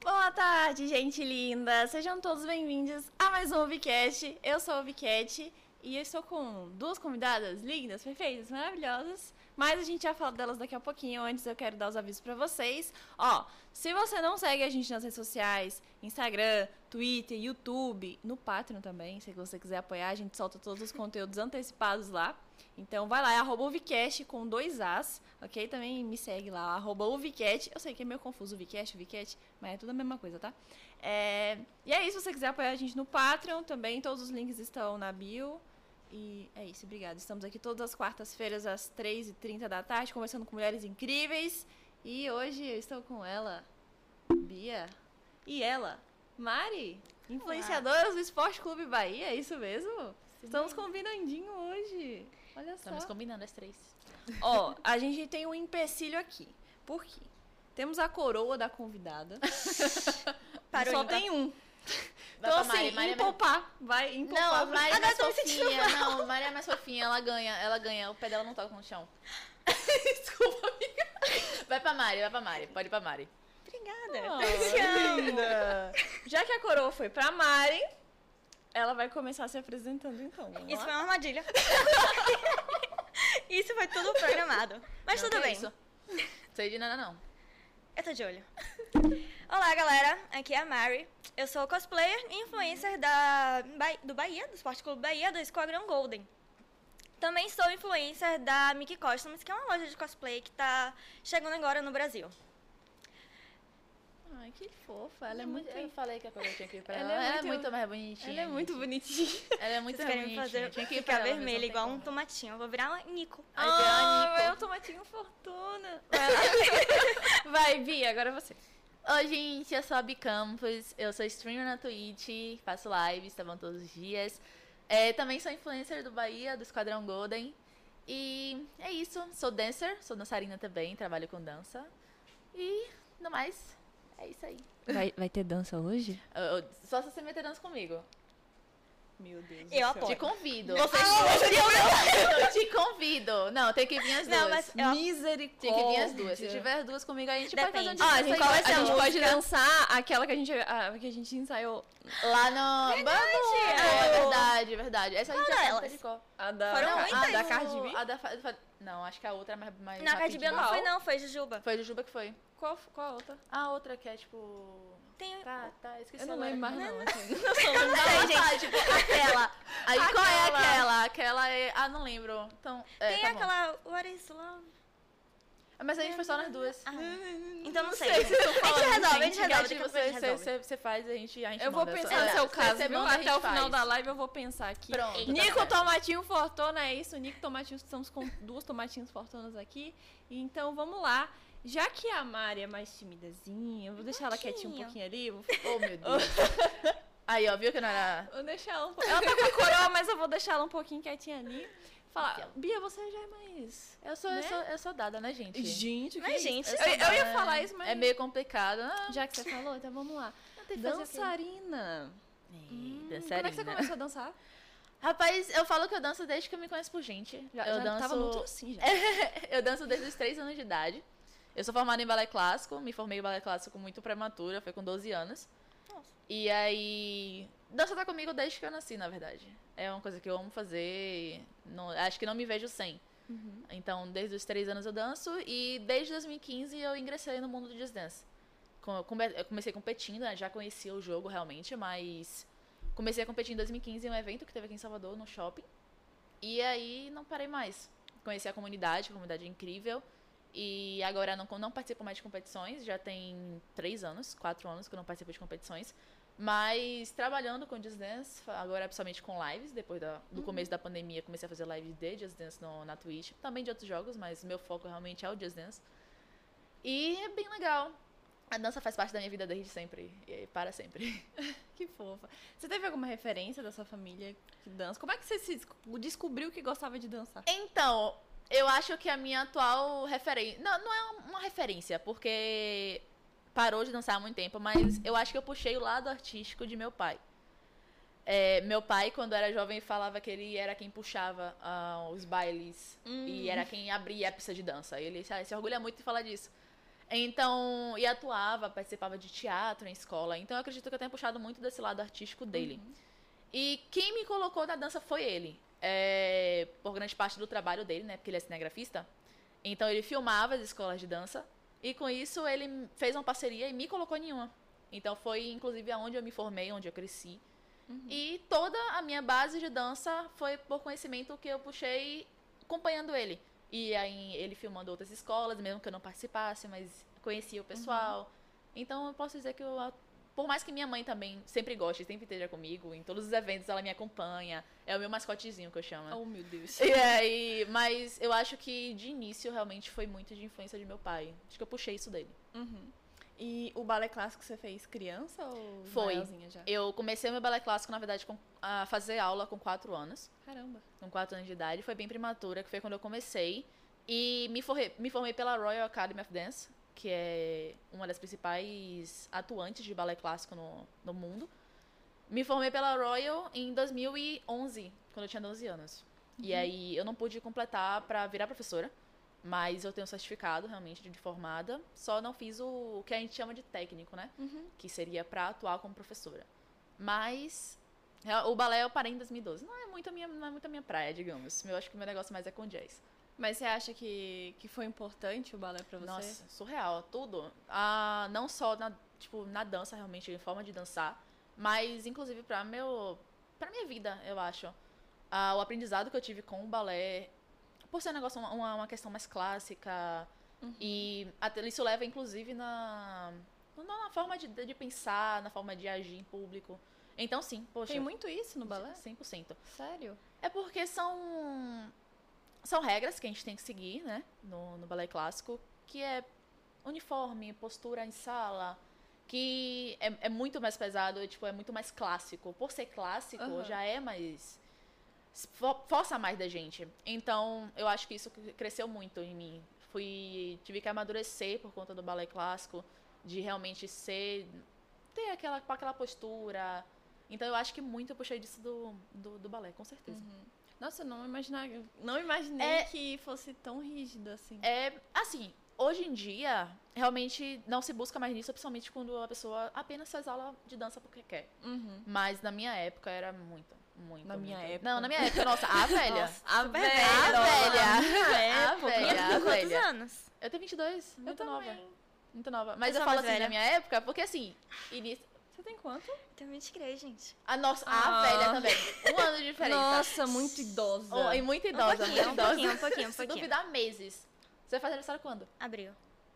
Boa tarde, gente linda! Sejam todos bem-vindos a mais um Ubicast. Eu sou a Ubicat e eu estou com duas convidadas lindas, perfeitas, maravilhosas. Mas a gente já fala delas daqui a pouquinho. Antes eu quero dar os avisos para vocês. Ó, se você não segue a gente nas redes sociais, Instagram, Twitter, YouTube, no Patreon também, se você quiser apoiar, a gente solta todos os conteúdos antecipados lá. Então vai lá, é arroba Uvicast com dois As, ok? Também me segue lá, arroba Uvicast. Eu sei que é meio confuso Uvicast, Uvicast, mas é tudo a mesma coisa, tá? É, E é isso, se você quiser apoiar a gente no Patreon também, todos os links estão na bio. E é isso, obrigada. Estamos aqui todas as quartas-feiras às 3h30 da tarde, conversando com mulheres incríveis. E hoje eu estou com ela, Bia, e ela, Mari, influenciadoras do Esporte Clube Bahia, é isso mesmo? Estamos combinandinho hoje. Olha só. Estamos combinando as três. Ó, a gente tem um empecilho aqui. Por quê? Temos a coroa da convidada. Parou Só de tem um. Vai Então, tá pra Mari, assim, Mari é empolpar. Vai empolpar. Não, a pra- Mari é Agora mais eu tô me sentindo fofinha. Não, Mari é mais fofinha. Ela ganha, ela ganha. O pé dela não toca no chão. Desculpa, amiga. Vai pra Mari, vai pra Mari. Pode ir pra Mari. mal. Obrigada. Te amo. Já que a coroa foi pra Mari, ela vai começar se apresentando então. Vamos Isso lá? foi uma armadilha. Isso foi tudo programado. Mas Não, tudo que é bem. Isso. Sei de nada, não. Eu tô de olho. Olá, galera. Aqui é a Mari. Eu sou cosplayer e influencer da, Ba- do Bahia, do Esporte Clube Bahia, do Esquadrão Golden. Também sou influencer da Mickey Costumes, que é uma loja de cosplay que tá chegando agora no Brasil. Ai, que fofa. Ela é muito. Eu falei que a coroa tinha que ir pra Ela ela. é Ela é muito- muito mais bonitinha. Ela é muito gente. bonitinha. Ela é muito Vocês querem me bonitinha. fazer Tinha que ir ficar pra ela mesmo, vermelha não igual um tem como. Ah, tomatinho. Eu vou virar uma Nico. Aí vira a Ai, Nico. meu tomatinho fortuna. Vai, lá. vai, Bia, agora é você. Oi, gente, eu sou a Bicampos, eu sou streamer na Twitch, faço lives, estavam todos os dias. É, também sou influencer do Bahia, do Esquadrão Golden. E é isso, sou dancer, sou dançarina também, trabalho com dança. E no mais, é isso aí. Vai, ter dança hoje? Eu- eu- só se você meter dança comigo. Meu Deus. Eu do céu. Te apoio. convido. Ah, Vocês Eu te convido. Não, tem que vir as duas. Não, mas eu Misericórdia. Tem que vir as duas. Se tiver as duas comigo, a gente Depende. vai fazer um Ó, a descanso gente, aí. vai A a gente gente pode pode dançar aquela que a gente, a- que a gente ensaiou. Lá no. Vamos! É verdade, verdade. Essa a gente Qual já delas? praticou. A da, Foram a- a muitas. da Cardi B? Ah, então, A da Fa- Fa- Não, acho que a outra é mais. mais Na Cardi B eu não rapidinha. foi, não. Foi Jujuba. Foi a Jujuba que foi. Qual, qual a outra? A outra que é tipo. Tem... Tá, tá, esqueci. eu não agora. lembro mais, não. assim. Eu não sei, gente. Tá, tipo, aquela. Aí qual Aquela. é aquela? Aquela é. Ah, não lembro. Então. É, Tem tá bom. aquela What is love? Mas a gente foi só nas duas. Ah, hum, então não, sei. se vocês estão falando, resolve, a gente resolve, engate, daqui a pouco a Você, gente você- resolve. você- você faz, a gente, a gente Eu vou manda, só- pensar no é, seu você- caso, você viu? manda, a Até gente o final faz. da live eu vou pensar aqui. Pronto. tá Nico certo. Tomatinho Fortuna, é isso. Nico Tomatinho, estamos com duas Tomatinhos Fortunas aqui. Então vamos lá. Já que a Mari é mais timidazinha, eu vou deixar ela quietinha um pouquinho. pouquinho ali. Vou, Oh, meu Deus. Aí, ó, viu que não era. vou deixar ela um pouquinho. Ela tá com a coroa, mas eu vou deixar ela um pouquinho quietinha ali. Falar, Então. Bia, você já é mais. Eu sou, Né? eu sou, eu sou dada, né, gente? Gente, Mas, gente, Eu, eu ia falar isso, mas. É meio complicado. Ah, Já que você falou, então vamos lá. não tem que fazer o quê? Dançarina. Hum, Como é que você começou a dançar? Rapaz, eu falo que eu danço desde que eu me conheço por gente. Já, eu já danço. tava muito assim já. eu danço desde os 3 anos de idade. Eu sou formada em balé clássico, me formei em balé clássico muito prematura, foi com 12 anos. Nossa. E aí. Dança tá comigo desde que eu nasci, na verdade. É uma coisa que eu amo fazer. e não- acho que não me vejo sem. Então, desde os 3 anos eu danço e desde 2015 eu ingressei no mundo do Just Dance. Com- eu come- Eu comecei competindo, né? já conhecia o jogo realmente, mas comecei a competir em 2015 em um evento que teve aqui em Salvador, no shopping. E aí não parei mais. Conheci a comunidade, a comunidade é incrível. E agora não, não participo mais de competições, já tem 3 anos, 4 anos que eu não participo de competições. Mas trabalhando com Just Dance, agora principalmente com lives, depois da- do começo da pandemia comecei a fazer lives de Just Dance no, na Twitch, também de outros jogos, mas meu foco realmente é o Just Dance. E é bem legal. A dança faz parte da minha vida desde sempre, e para sempre. Que fofa. Você teve alguma referência da sua família que dança? Como é que você se desco- descobriu que gostava de dançar? Então, eu acho que a minha atual referência. Não, não é uma referência, porque parou de dançar há muito tempo, mas eu acho que eu puxei o lado artístico de meu pai. É, meu pai, quando era jovem, falava que ele era quem puxava ah, os bailes e era quem abria a pista de dança. Ele se se orgulha muito de falar disso. Então, e atuava, participava de teatro em escola. Então, eu acredito que eu tenha puxado muito desse lado artístico dele. E quem me colocou na dança foi ele. É, por grande parte do trabalho dele, né? Porque ele é cinegrafista. Então, ele filmava as escolas de dança. E com isso, ele fez uma parceria e me colocou em uma. Então, foi inclusive aonde eu me formei, onde eu cresci. E toda a minha base de dança foi por conhecimento que eu puxei acompanhando ele. E aí ele filmando outras escolas, mesmo que eu não participasse, mas conhecia o pessoal. Então eu posso dizer que eu, a- por mais que minha mãe também sempre goste, sempre esteja comigo, em todos os eventos ela me acompanha. É o meu mascotezinho que eu chamo. né? Oh, meu Deus. E aí, mas eu acho que de início realmente foi muito de influência de meu pai. Acho que eu puxei isso dele. Uhum. E o balé clássico você fez criança ou Foi. maiorzinha já? Eu comecei meu balé clássico, na verdade, com, a fazer aula com 4 anos. Caramba. com 4 anos de idade, foi bem prematura, que foi quando eu comecei. E me forrei- me formei, pela Royal Academy of Dance, que é uma das principais atuantes de balé clássico no, no mundo. Me formei pela Royal em 2011, quando eu tinha 12 anos. E aí eu não pude completar pra virar professora, mas eu tenho um certificado realmente de formada. Só não fiz o que a gente chama de técnico, né? Uhum. Que seria pra atuar como professora. Mas real- É, o balé eu parei em 2012. Não é muito a minha, não é muito a minha praia, digamos. Eu acho que o meu negócio mais é com jazz. Mas você acha que, que foi importante o balé pra você? Nossa, surreal, tudo. Ah, não só na, tipo, na dança realmente, em forma de dançar, mas inclusive para meu para minha vida, eu acho. Ah, o aprendizado que eu tive com o balé, por ser um negócio uma, uma questão mais clássica Uhum. e até isso leva inclusive na na forma de, de pensar, na forma de agir em público. Então sim, poxa. Tem muito isso no balé? 100%. Sério? É porque são são regras que a gente tem que seguir, né, no, no balé clássico, que é uniforme, postura em sala, que é, é muito mais pesado, é, tipo, é muito mais clássico. Por ser clássico, Aham. já é mais fo- força mais da gente. Então, eu acho que isso cre- cresceu muito em mim. Fui tive que amadurecer por conta do balé clássico, de realmente ser ter aquela com aquela postura. Então, eu acho que muito eu puxei disso do, do, do balé, com certeza. Uhum. Nossa, eu não imaginava, não imaginei É- que fosse tão rígido assim. É, assim, hoje em dia, realmente não se busca mais nisso, principalmente quando a pessoa apenas faz aula de dança porque quer. Uhum. Mas na minha época era muito, muito. Na minha muito. época. Não, na minha época, nossa, a velha. Nossa, A super velha, velha. A velha. Minha a época. velha, a Quantos velha. anos? Eu tenho 22, muito eu nova. também. Muito nova. Mas Eu eu, sou falo mais assim, velha. na minha época, porque assim, início... Você tem quanto? Tenho 23, gente. a nossa, Ah. a velha também. Um ano de diferença. Nossa, muito idosa. Oh, e muito idosa, pouquinho, muito um idosa. pouquinho, um pouquinho, um Se pouquinho. duvidar, meses. Você vai fazer aniversário quando? Abriu.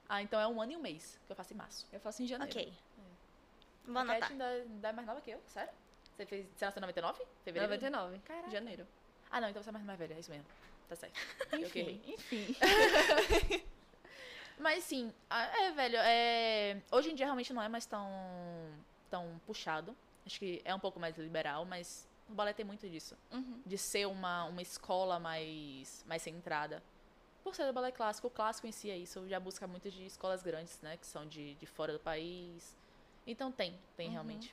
Ah, então é um ano e um mês que eu faço em março. Eu faço em janeiro. É. Ok. Vou A Cat anotar. ainda, ainda é mais nova que eu, sério? Você, fez, você é nasceu em 99? Fevereiro? 99. Caraca. Janeiro. Ah, não, então você é mais, mais velha, é isso mesmo. Tá certo. eu que Enfim, errei. enfim. Mas sim, a- é, velho, é, hoje em dia realmente não é mais tão, tão puxado. Acho que é um pouco mais liberal, mas o balé tem muito disso. Uhum. De ser uma, uma escola mais, mais centrada. Por ser do balé clássico, o clássico em si é isso. Já busca muito de escolas grandes, né? Que são de, de fora do país. Então tem, tem realmente.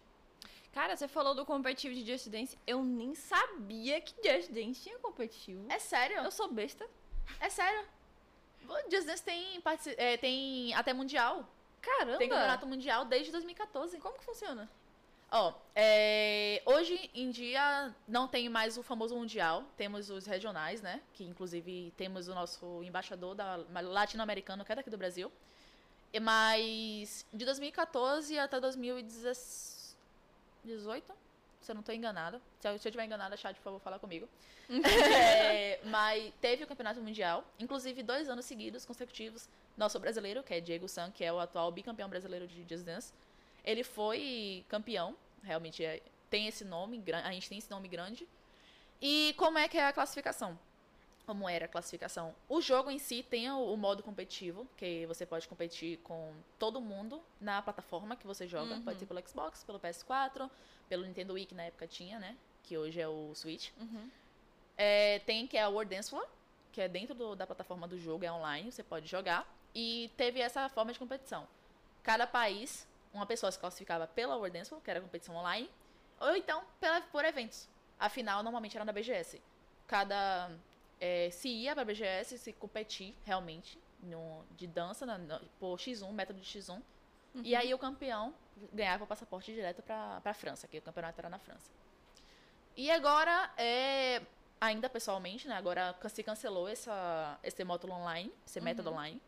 Cara, você falou do competitivo de Just Dance. Eu nem sabia que Just Dance tinha competitivo. É sério? Eu sou besta. É sério. O Just Dance tem, partici- é, tem até mundial. Caramba. Tem campeonato mundial desde 2014. Como que funciona? Ó, é, hoje em dia não tem mais o famoso mundial. Temos os regionais, né? Que inclusive temos o nosso embaixador da latino-americano, que é daqui do Brasil. E- Mas de 2014 até 2018, se eu não tô enganada. Se eu se eu estiver enganada, chat, por favor, fala comigo. É, mas teve o campeonato mundial, inclusive dois anos seguidos, consecutivos. Nosso brasileiro, que é Diego San, que é o atual bicampeão brasileiro de Just Dance, ele foi campeão, realmente é- tem esse nome, gran- a gente tem esse nome grande. E como é que é a classificação? Como era a classificação? O jogo em si tem o, o modo competitivo, que você pode competir com todo mundo na plataforma que você joga. Uhum. Pode ser pelo Xbox, pelo PS4, pelo Nintendo Wii, que na época tinha, né? Que hoje é o Switch. Uhum. É, tem que é a World Dance Floor, que é dentro do- da plataforma do jogo, é online, você pode jogar. E teve essa forma de competição. Cada país, uma pessoa se classificava pela World Dance Floor, que era a competição online, ou então pela- por eventos. A final normalmente era na BGS. Cada. é, se ia pra BGS, se competir realmente no- de dança, na, na- por X1, método de X1. E aí o campeão ganhava o passaporte direto pra, pra França, que o campeonato era na França. E agora, é, ainda pessoalmente, né? Agora can- se cancelou essa, esse módulo online, esse método online.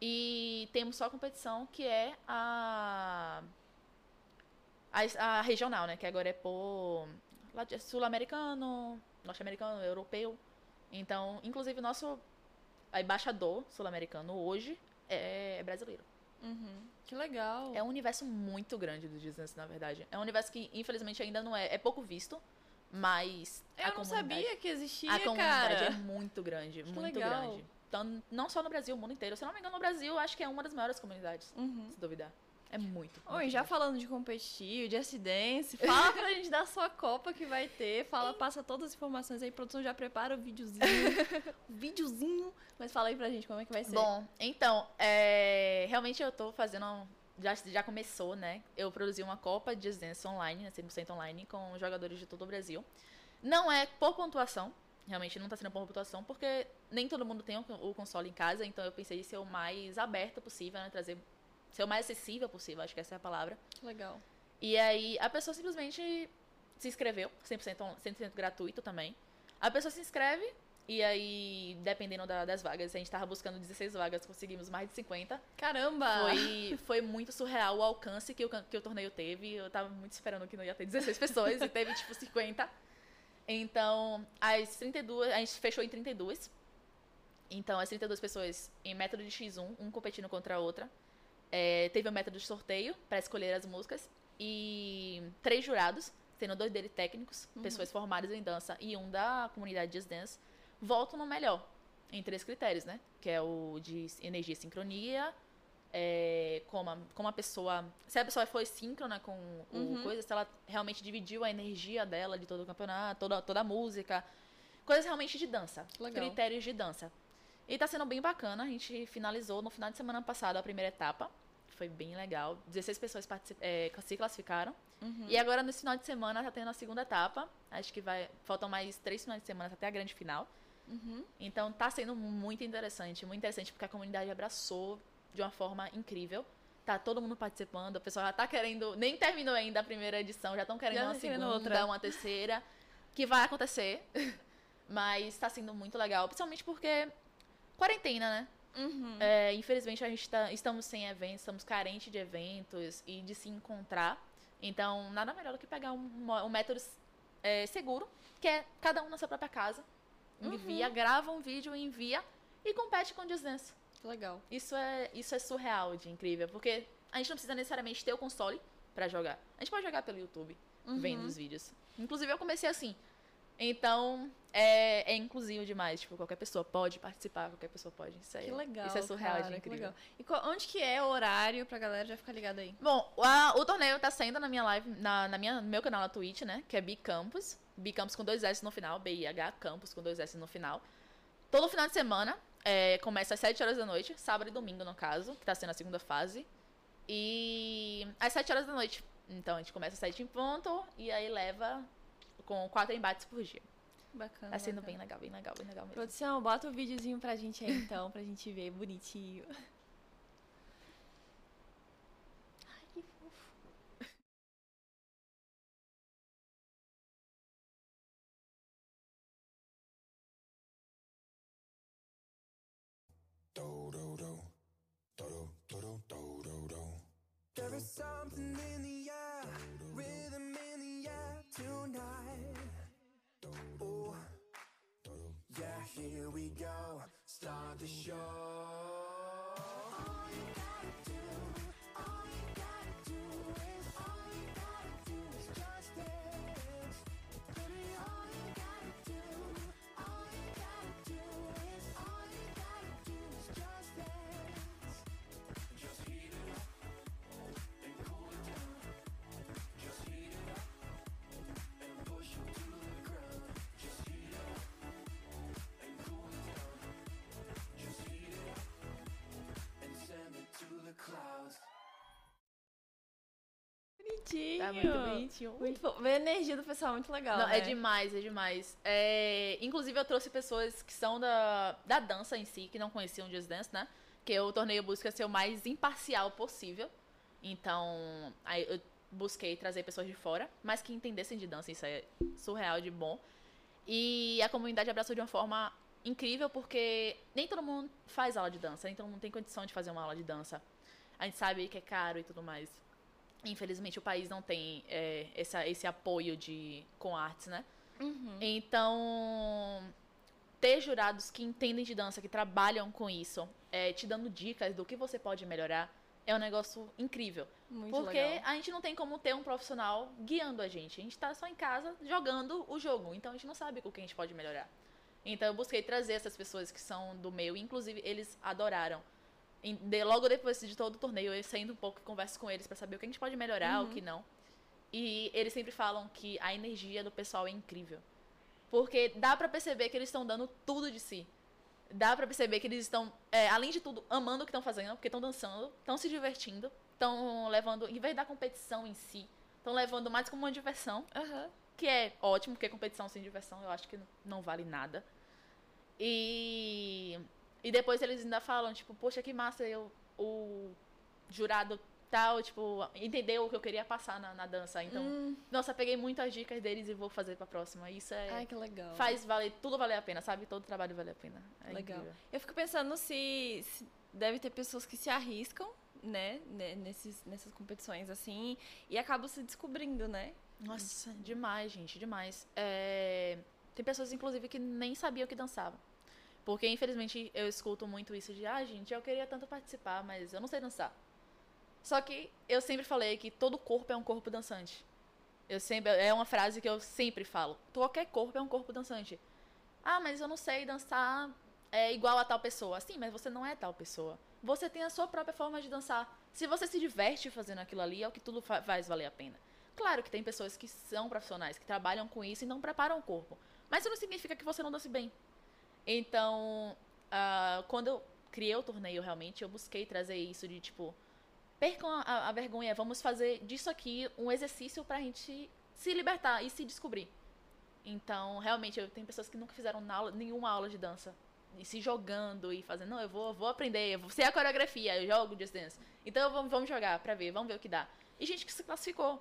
E temos só a competição que é a, a, a regional, né? Que agora é por lati- sul-americano, norte-americano, europeu. Então, inclusive, nosso embaixador sul-americano hoje é brasileiro. Uhum. Que legal. É um universo muito grande do Disney, na verdade. É um universo que, infelizmente, ainda não é. É pouco visto, mas. Eu a não comunidade- sabia que existia, A comunidade cara. é muito grande, Que muito legal. grande. Então, não só no Brasil, o mundo inteiro. Se eu não me engano, no Brasil, acho que é uma das maiores comunidades, Uhum. se duvidar. É muito. Oi, muito já grande. falando de competir, de acidente, fala pra gente da sua Copa que vai ter. Fala, passa todas as informações aí, produção já prepara o videozinho. o videozinho. Mas fala aí pra gente como é que vai ser. Bom, então, é, realmente eu tô fazendo. um- Já, já começou, né? Eu produzi uma Copa de Dance online, né, 100% online, com jogadores de todo o Brasil. Não é por pontuação, realmente não tá sendo por pontuação, porque nem todo mundo tem o, o console em casa, então eu pensei em ser o mais aberto possível, né? Trazer. ser o mais acessível possível, acho que essa é a palavra. Que legal. E aí a pessoa simplesmente se inscreveu, 100%, on- 100 gratuito também. A pessoa se inscreve e aí, dependendo da- das vagas, a gente tava buscando 16 vagas, conseguimos mais de 50. Caramba! Foi, foi muito surreal o alcance que o, can- que o torneio teve. Eu tava muito esperando que não ia ter 16 pessoas e teve tipo 50. Então, as 32, a gente fechou em 32. Então, as 32 pessoas em método de X1, um competindo contra a outra. É, teve o método de sorteio para escolher as músicas. E três jurados, sendo dois deles técnicos, pessoas formadas em dança e um da comunidade Just Dance, voltam no melhor, em três critérios, né? Que é o de energia e sincronia, é, como, a, como a pessoa. Se a pessoa foi síncrona com o Uhum. coisa, se ela realmente dividiu a energia dela de todo o campeonato, toda, toda a música. Coisas realmente de dança. Legal. Critérios de dança. E tá sendo bem bacana. A gente finalizou no final de semana passado a primeira etapa. Foi bem legal. 16 pessoas partici- eh, se classificaram. Uhum. E agora, nesse final de semana, tá tendo a segunda etapa. Acho que vai. Faltam mais três finais de semana até a grande final. Uhum. Então tá sendo muito interessante, muito interessante, porque a comunidade abraçou de uma forma incrível. Tá todo mundo participando, o pessoal já tá querendo. Nem terminou ainda a primeira edição, já estão querendo Já uma tá querendo segunda, outra. uma terceira. Que vai acontecer. Mas tá sendo muito legal. Principalmente porque. Quarentena, né? Uhum. É, infelizmente a gente tá, estamos sem eventos, estamos carentes de eventos e de se encontrar. Então, nada melhor do que pegar um, mo- um método é, seguro, que é cada um na sua própria casa. Envia, Uhum. grava um vídeo, envia e compete com desdenso. Que legal. Isso é, isso é surreal de incrível, porque a gente não precisa necessariamente ter o console pra jogar. A gente pode jogar pelo YouTube, Uhum. vendo os vídeos. Inclusive, eu comecei assim. Então, é, é inclusivo demais. Tipo, qualquer pessoa pode participar, qualquer pessoa pode. Isso aí, Que legal. Isso é surreal cara, de que incrível. legal. E qual- onde que é o horário pra galera já ficar ligada aí? Bom, a- o torneio tá saindo na minha live, na, na minha, no meu canal na Twitch, né? Que é Bicampus. Bicampus com dois S no final, B-I-H, Campus com dois S no final. Todo final de semana, é, começa às 7 horas da noite, sábado e domingo, no caso, que tá sendo a segunda fase. E às 7 horas da noite. Então a gente começa às 7 em ponto e aí leva com quatro embates por dia. Bacana. Tá sendo bacana. bem legal, bem legal, bem legal mesmo. Produção, bota o videozinho pra gente aí então, pra gente ver bonitinho. Ai, que fofo. do do do do do do do do do There is something in the air, rhythm in the air tonight. Ooh. Yeah, here we go, start the show. All you gotta do, all you gotta do is, all you gotta do is just dance. Baby, all you gotta do, all you gotta do is, all you gotta do is just dance. Just heat it up and cool it down. Just heat it up and push it to the ground. Just heat it up. And cool it down. Just heat it bonitinho. Tá muito bonitinho. Muito fofo. A energia do pessoal é muito legal. Não, né? é demais, é demais. É, inclusive, eu trouxe pessoas que são da, da dança em si, que não conheciam Just Dance, né? Que eu tornei o busca ser o mais imparcial possível. Então, aí eu busquei trazer pessoas de fora, mas que entendessem de dança, isso é surreal de bom. E a comunidade abraçou de uma forma incrível, porque nem todo mundo faz aula de dança, nem todo mundo tem condição de fazer uma aula de dança. A gente sabe que é caro e tudo mais. Infelizmente, o país não tem é, essa- esse apoio de, com artes, né? Uhum. Então, ter jurados que entendem de dança, que trabalham com isso, é, te dando dicas do que você pode melhorar, é um negócio incrível. Muito porque legal. a gente não tem como ter um profissional guiando a gente. A gente tá só em casa jogando o jogo. Então a gente não sabe com quem a gente pode melhorar. Então eu busquei trazer essas pessoas que são do meio, inclusive eles adoraram. Em- de- logo depois de todo o torneio, eu saindo um pouco e converso com eles pra saber o que a gente pode melhorar, o que não. E eles sempre falam que a energia do pessoal é incrível. Porque dá pra perceber que eles estão dando tudo de si. Dá pra perceber que eles estão, é, além de tudo, amando o que estão fazendo, porque estão dançando, estão se divertindo, estão levando, em vez da competição em si, estão levando mais como uma diversão Aham. que é ótimo, porque competição sem diversão eu acho que n- não vale nada. E e depois eles ainda falam, tipo, poxa, que massa, eu, o jurado tal, tipo, entendeu o que eu queria passar na, na dança. Então, Hum. nossa, peguei muitas dicas deles e vou fazer pra próxima. Isso é. Ai, que legal. faz valer, tudo valer a pena, sabe? Todo trabalho vale a pena. É Legal. incrível. Eu fico pensando se, se deve ter pessoas que se arriscam, né? ne- Nesses, nessas competições, assim, e acabam se descobrindo, né? Nossa, Hum, demais, gente, demais. É, Tem pessoas, inclusive, que nem sabiam que dançavam. Porque, infelizmente, eu escuto muito isso de, ah, gente, eu queria tanto participar, mas eu não sei dançar. Só que eu sempre falei que todo corpo é um corpo dançante. Eu sempre, é uma frase que eu sempre falo. Qualquer corpo é um corpo dançante. Ah, mas eu não sei dançar é igual a tal pessoa. Sim, mas você não é tal pessoa. Você tem a sua própria forma de dançar. Se você se diverte fazendo aquilo ali, é o que tudo fa- faz valer a pena. Claro que tem pessoas que são profissionais, que trabalham com isso e não preparam o corpo. Mas isso não significa que você não dance bem. Então, ah, quando eu criei o torneio, realmente, eu busquei trazer isso de tipo. Percam a- a, a vergonha, vamos fazer disso aqui um exercício pra gente se libertar e se descobrir. Então, realmente, eu tenho pessoas que nunca fizeram na aula- nenhuma aula de dança. E se jogando e fazendo, não, eu vou, eu vou aprender, eu vou ser a coreografia, eu jogo Just Dance. Então vamos, vamos jogar pra ver, vamos ver o que dá. E gente que se classificou,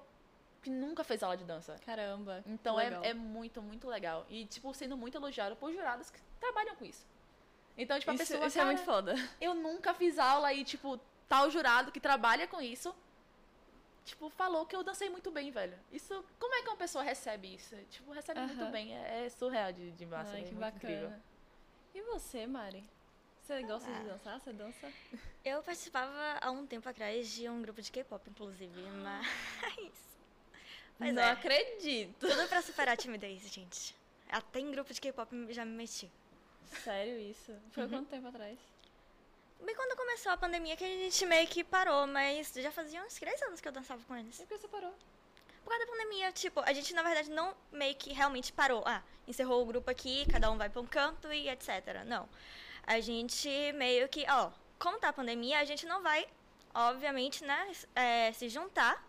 que nunca fez aula de dança. Caramba. Então que é, legal. é muito, muito legal. E, tipo, sendo muito elogiado por jurados que trabalham com isso. Então, tipo, a Isso, pessoa. isso é muito "Cara, foda. eu nunca fiz aula e, tipo, tal jurado que trabalha com isso, tipo, falou que eu dancei muito bem, velho. Isso, como é que uma pessoa recebe isso? Tipo, recebe muito Aham. bem, é, é surreal de, de massa, Ai, é que muito bacana. incrível. E você, Mari? Você gosta de dançar? Você dança? Eu participava há um tempo atrás de um grupo de K-pop, inclusive, Ah. mas. Pois Não é. acredito. Tudo pra superar a timidez, gente. Até em grupo de K-pop já me meti. Sério isso? Foi quanto tempo atrás? Bem quando começou a pandemia que a gente meio que parou, mas já fazia uns três anos que eu dançava com eles. E por que É você parou? Por causa da pandemia, tipo, a gente na verdade não meio que realmente parou. Ah, encerrou o grupo aqui, cada um vai pra um canto e etc. Não. A gente meio que, ó, como tá a pandemia, a gente não vai, obviamente, né, s- é, se juntar.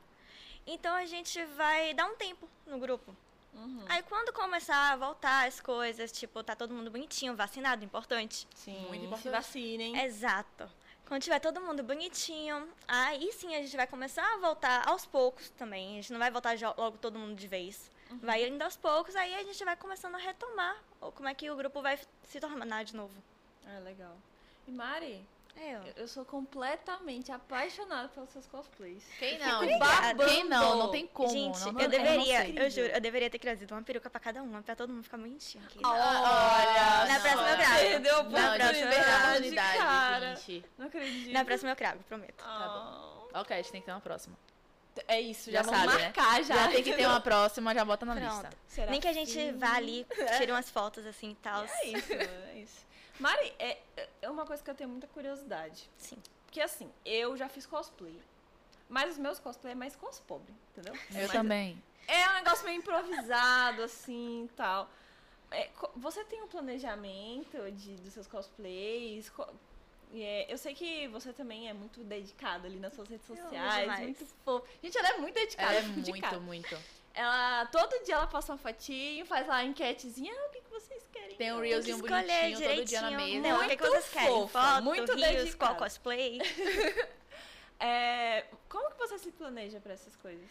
Então a gente vai dar um tempo no grupo. Uhum. Aí quando começar a voltar as coisas, tipo, tá todo mundo bonitinho, vacinado, importante. Sim, Muito se importante. vacinem. Exato. Quando tiver todo mundo bonitinho, aí sim a gente vai começar a voltar aos poucos também. A gente não vai voltar jo- logo todo mundo de vez. Vai indo aos poucos, aí a gente vai começando a retomar o- como é que o grupo vai se tornar de novo. Ah, legal. E Mari, Eu. eu- eu sou completamente apaixonada pelos seus cosplays. Quem não? Obrigada. Quem não? Não tem como. gente, não, é eu não, deve- deveria, incrível. eu juro, eu deveria ter trazido uma peruca pra cada uma, pra todo mundo ficar bonitinho aqui. Ah, Olha, na não, próxima eu não. gravo. Perdeu a Não, a gente perdeu a oportunidade, oportunidade, cara. gente. Não acredito. Na próxima eu crago, prometo. Tá bom. Ok, a gente tem que ter uma próxima. É isso, já, Já vamos sabe, né? marcar já. Já tem que ter uma próxima, já bota na lista. Pronto. Será Nem que a gente vá ali, tire umas fotos assim e tal. É isso, é isso. Mari, é, é uma coisa que eu tenho muita curiosidade. Sim. Porque assim, eu já fiz cosplay. Mas os meus cosplay é mais cos pobre, entendeu? Eu Mas também. É um negócio meio improvisado, assim e tal. É, co- você tem um planejamento de, dos seus cosplays? Co- E é, eu sei que você também é muito dedicada ali nas suas redes Eu amo sociais, demais. muito fofo. Gente, ela é muito dedicada. Ela é dedicada. muito, muito. Ela, todo dia ela passa uma fatinho, faz lá a enquetezinha, ah, o que que vocês querem? Tem um hoje?" Reelzinho bonitinho todo dia na mesa. Não, o que, que Muito vocês querem? fofa, Foto, muito rios, qual dedicada. cosplay? É, como que você se planeja pra essas coisas?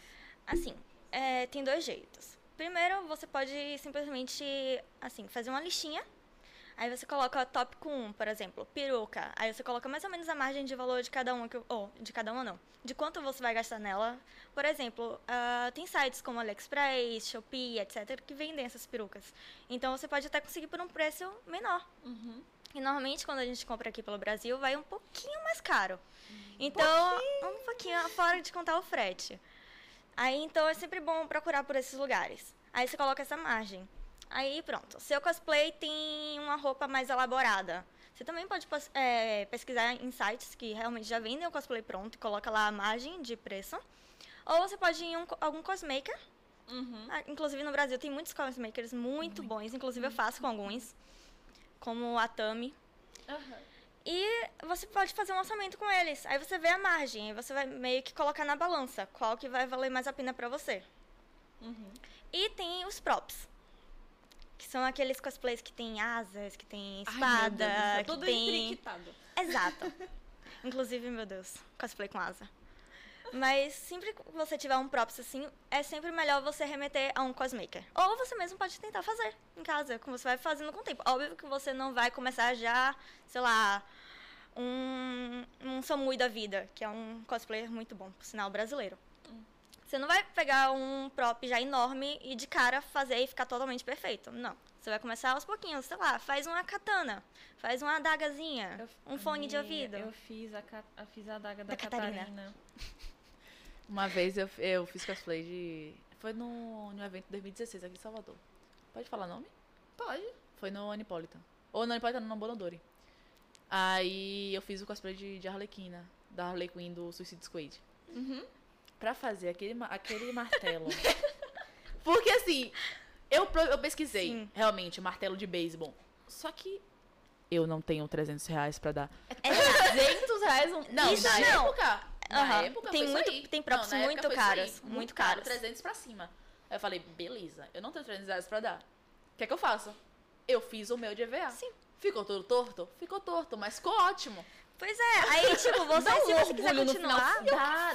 Assim, é, tem dois jeitos. Primeiro, você pode simplesmente, assim, fazer uma listinha. Aí você coloca tópico 1, por exemplo, peruca. Aí você coloca mais ou menos a margem de valor de cada uma, que, ou de cada uma não, de quanto você vai gastar nela. Por exemplo, ah, tem sites como AliExpress, Shopee, etc, que vendem essas perucas. Então você pode até conseguir por um preço menor. E normalmente quando a gente compra aqui pelo Brasil vai um pouquinho mais caro. Então, um pouquinho fora de contar o frete. Aí então é sempre bom procurar por esses lugares. Aí você coloca essa margem. Aí pronto. Seu cosplay tem uma roupa mais elaborada. Você também pode pos- eh, pesquisar em sites que realmente já vendem o cosplay pronto e coloca lá a margem de preço. Ou você pode ir em um co- algum cosmaker. Uhum, Ah, Inclusive no Brasil tem muitos cosmakers muito bons. Inclusive Uhum. eu faço com alguns. Como a Tami. E você pode fazer um orçamento com eles. Aí você vê a margem, aí você vai meio que colocar na balança qual que vai valer mais a pena pra você. Uhum. E tem os props. Que são aqueles cosplays que tem asas, que tem Ai, meu Deus do espada, céu, que tudo tem... intriquitado. Exato. Inclusive, meu Deus, cosplay com asa. Mas sempre que você tiver um props assim, é sempre melhor você remeter a um cosmaker. Ou você mesmo pode tentar fazer em casa, como você vai fazendo com o tempo. Óbvio que você não vai começar já, sei lá, um, um Samui da vida, que é um cosplayer muito bom, por sinal brasileiro. Você não vai pegar um prop já enorme e de cara fazer e ficar totalmente perfeito. Não. Você vai começar aos pouquinhos, sei lá, faz uma katana, faz uma adagazinha, Eu- um fone de Minha, ouvido. É, Eu fiz a, ca- eu fiz a adaga da, Da Catarina. Uma vez eu, eu fiz cosplay de. Foi no, no evento 2016 aqui em Salvador. Pode falar nome? Pode. Foi no Anipolitan. Ou no Anipolitan, não, no Bonodori. Aí eu fiz o cosplay de, de Arlequina, da Harley Quinn do Suicide Squad. Pra fazer aquele, ma- aquele martelo. Porque assim, eu, pro- eu pesquisei Sim. realmente martelo de beisebol. Só que eu não tenho 300 reais pra dar. Exato. 300 reais um. Não, Isso na não. época. Na Aham. época Tem foi muito- isso aí. tem props Não, na época muito foi isso aí. caros, muito caros. 300 pra cima. Aí eu falei, beleza, eu não tenho 300 reais pra dar. O que é que eu faço? Eu fiz o meu de EVA. Sim. Ficou todo torto? Ficou torto, mas ficou ótimo. Pois é, aí tipo, você, Dá um se você quiser orgulho no final. continuar,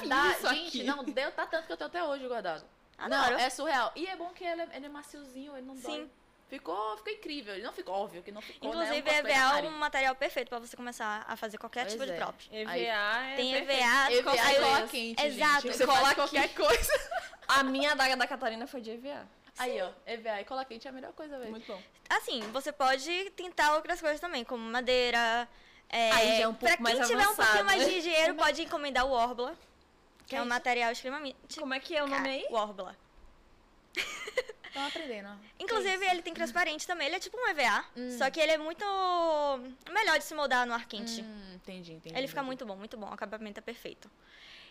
Dá, dá. isso Gente, aqui? não, deu, tá tanto que eu tenho até hoje guardado. adoro. Não, é surreal. E é bom que ele, é- ele é maciozinho, ele não dói. Sim. Ficou, ficou incrível. Ele não ficou óbvio que não ficou, Inclusive, né? cosplay da EVA é Mari. um material perfeito pra você começar a fazer qualquer Pois tipo de é. prop. EVA Aí- é Tem perfeito. EVA, EVA qualquer é coisa. cola quente, gente. Exato, Você cola faz qualquer coisa. A minha adaga da Catarina foi de EVA. Aí, ó, EVA e cola quente é a melhor coisa, velho. Muito bom. Assim, você pode tentar outras coisas também, como madeira. É, Aí já é um pouco pra quem mais tiver um pouquinho avançado, mais de né? dinheiro, pode encomendar o Orbla, que, Que é é um isso? material extremamente. Como é que é o nome aí? O Orbla. Estão aprendendo. Inclusive, ele tem transparente também. Ele é tipo um EVA, só que ele é muito melhor de se moldar no ar quente. Hum, entendi, entendi. Ele fica entendi. muito bom, muito bom. O acabamento é perfeito.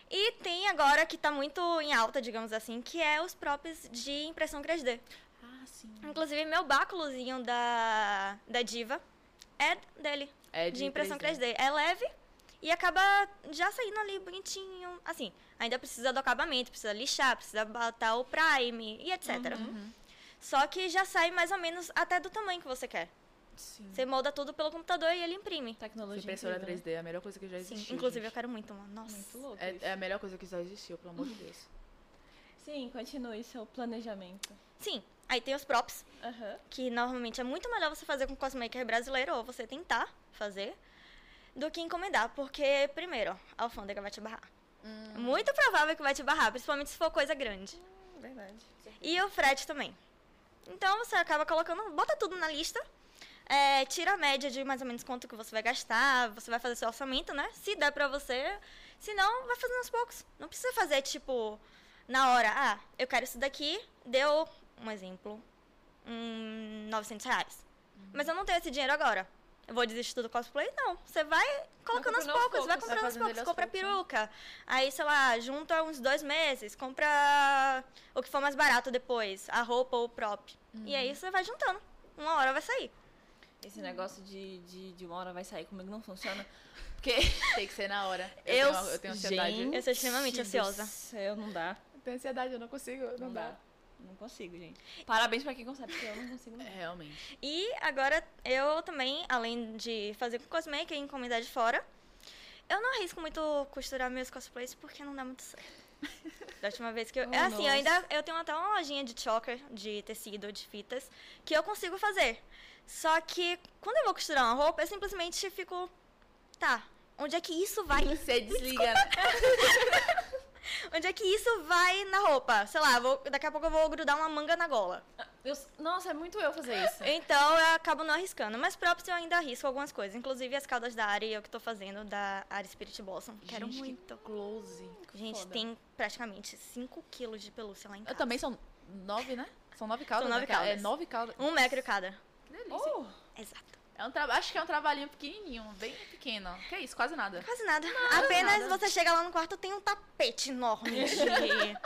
E tem agora que tá muito em alta, digamos assim, que é os props de impressão 3D. Ah, sim. Inclusive, meu báculozinho da, da Diva é dele. É de impressão 3D. É leve e acaba já saindo ali bonitinho. Assim, ainda precisa do acabamento, precisa lixar, precisa botar o prime e etc. Só que já sai mais ou menos até do tamanho que você quer. Sim. Você molda tudo pelo computador e ele imprime. Tecnologia. Impressora incrível, né? 3D é a melhor coisa que já Sim, existiu. inclusive eu gente. quero muito uma. Nossa. Muito louco. isso. É, é a melhor coisa que já existiu, pelo amor de Deus. Sim, continue seu planejamento. Sim, aí tem os props, Aham. que normalmente é muito melhor você fazer com cosmaker brasileiro ou você tentar fazer do que encomendar, porque primeiro, a alfândega vai te barrar. É Muito provável que vai te barrar, principalmente se for coisa grande. Verdade. E o frete também. Então você acaba colocando, bota tudo na lista, é, tira a média de mais ou menos quanto que você vai gastar, você vai fazer seu orçamento, né? Se der pra você, se não, vai fazendo aos poucos. Não precisa fazer tipo na hora, ah, eu quero isso daqui, deu um exemplo, hum, 900 reais. Mas eu não tenho esse dinheiro agora. Eu vou desistir do cosplay? Não. Você vai colocando aos comprando aos poucos, vai poucos, vai comprando aos fazendo ele poucos. aos Compra poucos, né? peruca. Aí, sei lá, junta uns dois meses, compra o que for mais barato depois, a roupa ou o prop. E aí você vai juntando. Uma hora vai sair. Esse negócio de, de, de uma hora vai sair comigo não funciona. Porque Tem que ser na hora. eu. Eu, tenho, eu tenho ansiedade. Gente Eu sou extremamente do ansiosa. céu, não dá. Eu tenho ansiedade, eu não consigo. Não, dá. Não consigo, gente. Parabéns pra quem consegue, porque eu não consigo. Não. É, Realmente. E agora eu também, além de fazer com cosplay, que é encomendar de fora, eu não arrisco muito costurar meus cosplays porque não dá muito certo. Da última vez que eu. Oh, é assim, eu ainda nossa. eu tenho até uma lojinha de choker, de tecido, de fitas, que eu consigo fazer. Só que quando eu vou costurar uma roupa, eu simplesmente fico. Tá, onde é que isso vai? Você desliga. né? Onde é que isso vai na roupa? Sei lá, vou- daqui a pouco eu vou grudar uma manga na gola. Eu- nossa, é muito eu fazer isso. Então eu acabo não arriscando. Mas próprio eu ainda arrisco algumas coisas. Inclusive as caudas da área eu que tô fazendo, da área Spirit Blossom. Quero Gente, que muito. Close. Gente, foda. tem praticamente 5 quilos de pelúcia lá em casa. Eu também são nove, né? São nove caudas. São nove né, cara? caudas. É nove caudas. Um metro cada. Que delícia. Oh, Exato. É um tra... Acho que é um trabalhinho pequenininho, bem pequeno. Que isso, quase nada. Quase nada. Apenas nada. você chega lá no quarto, tem um tapete enorme de...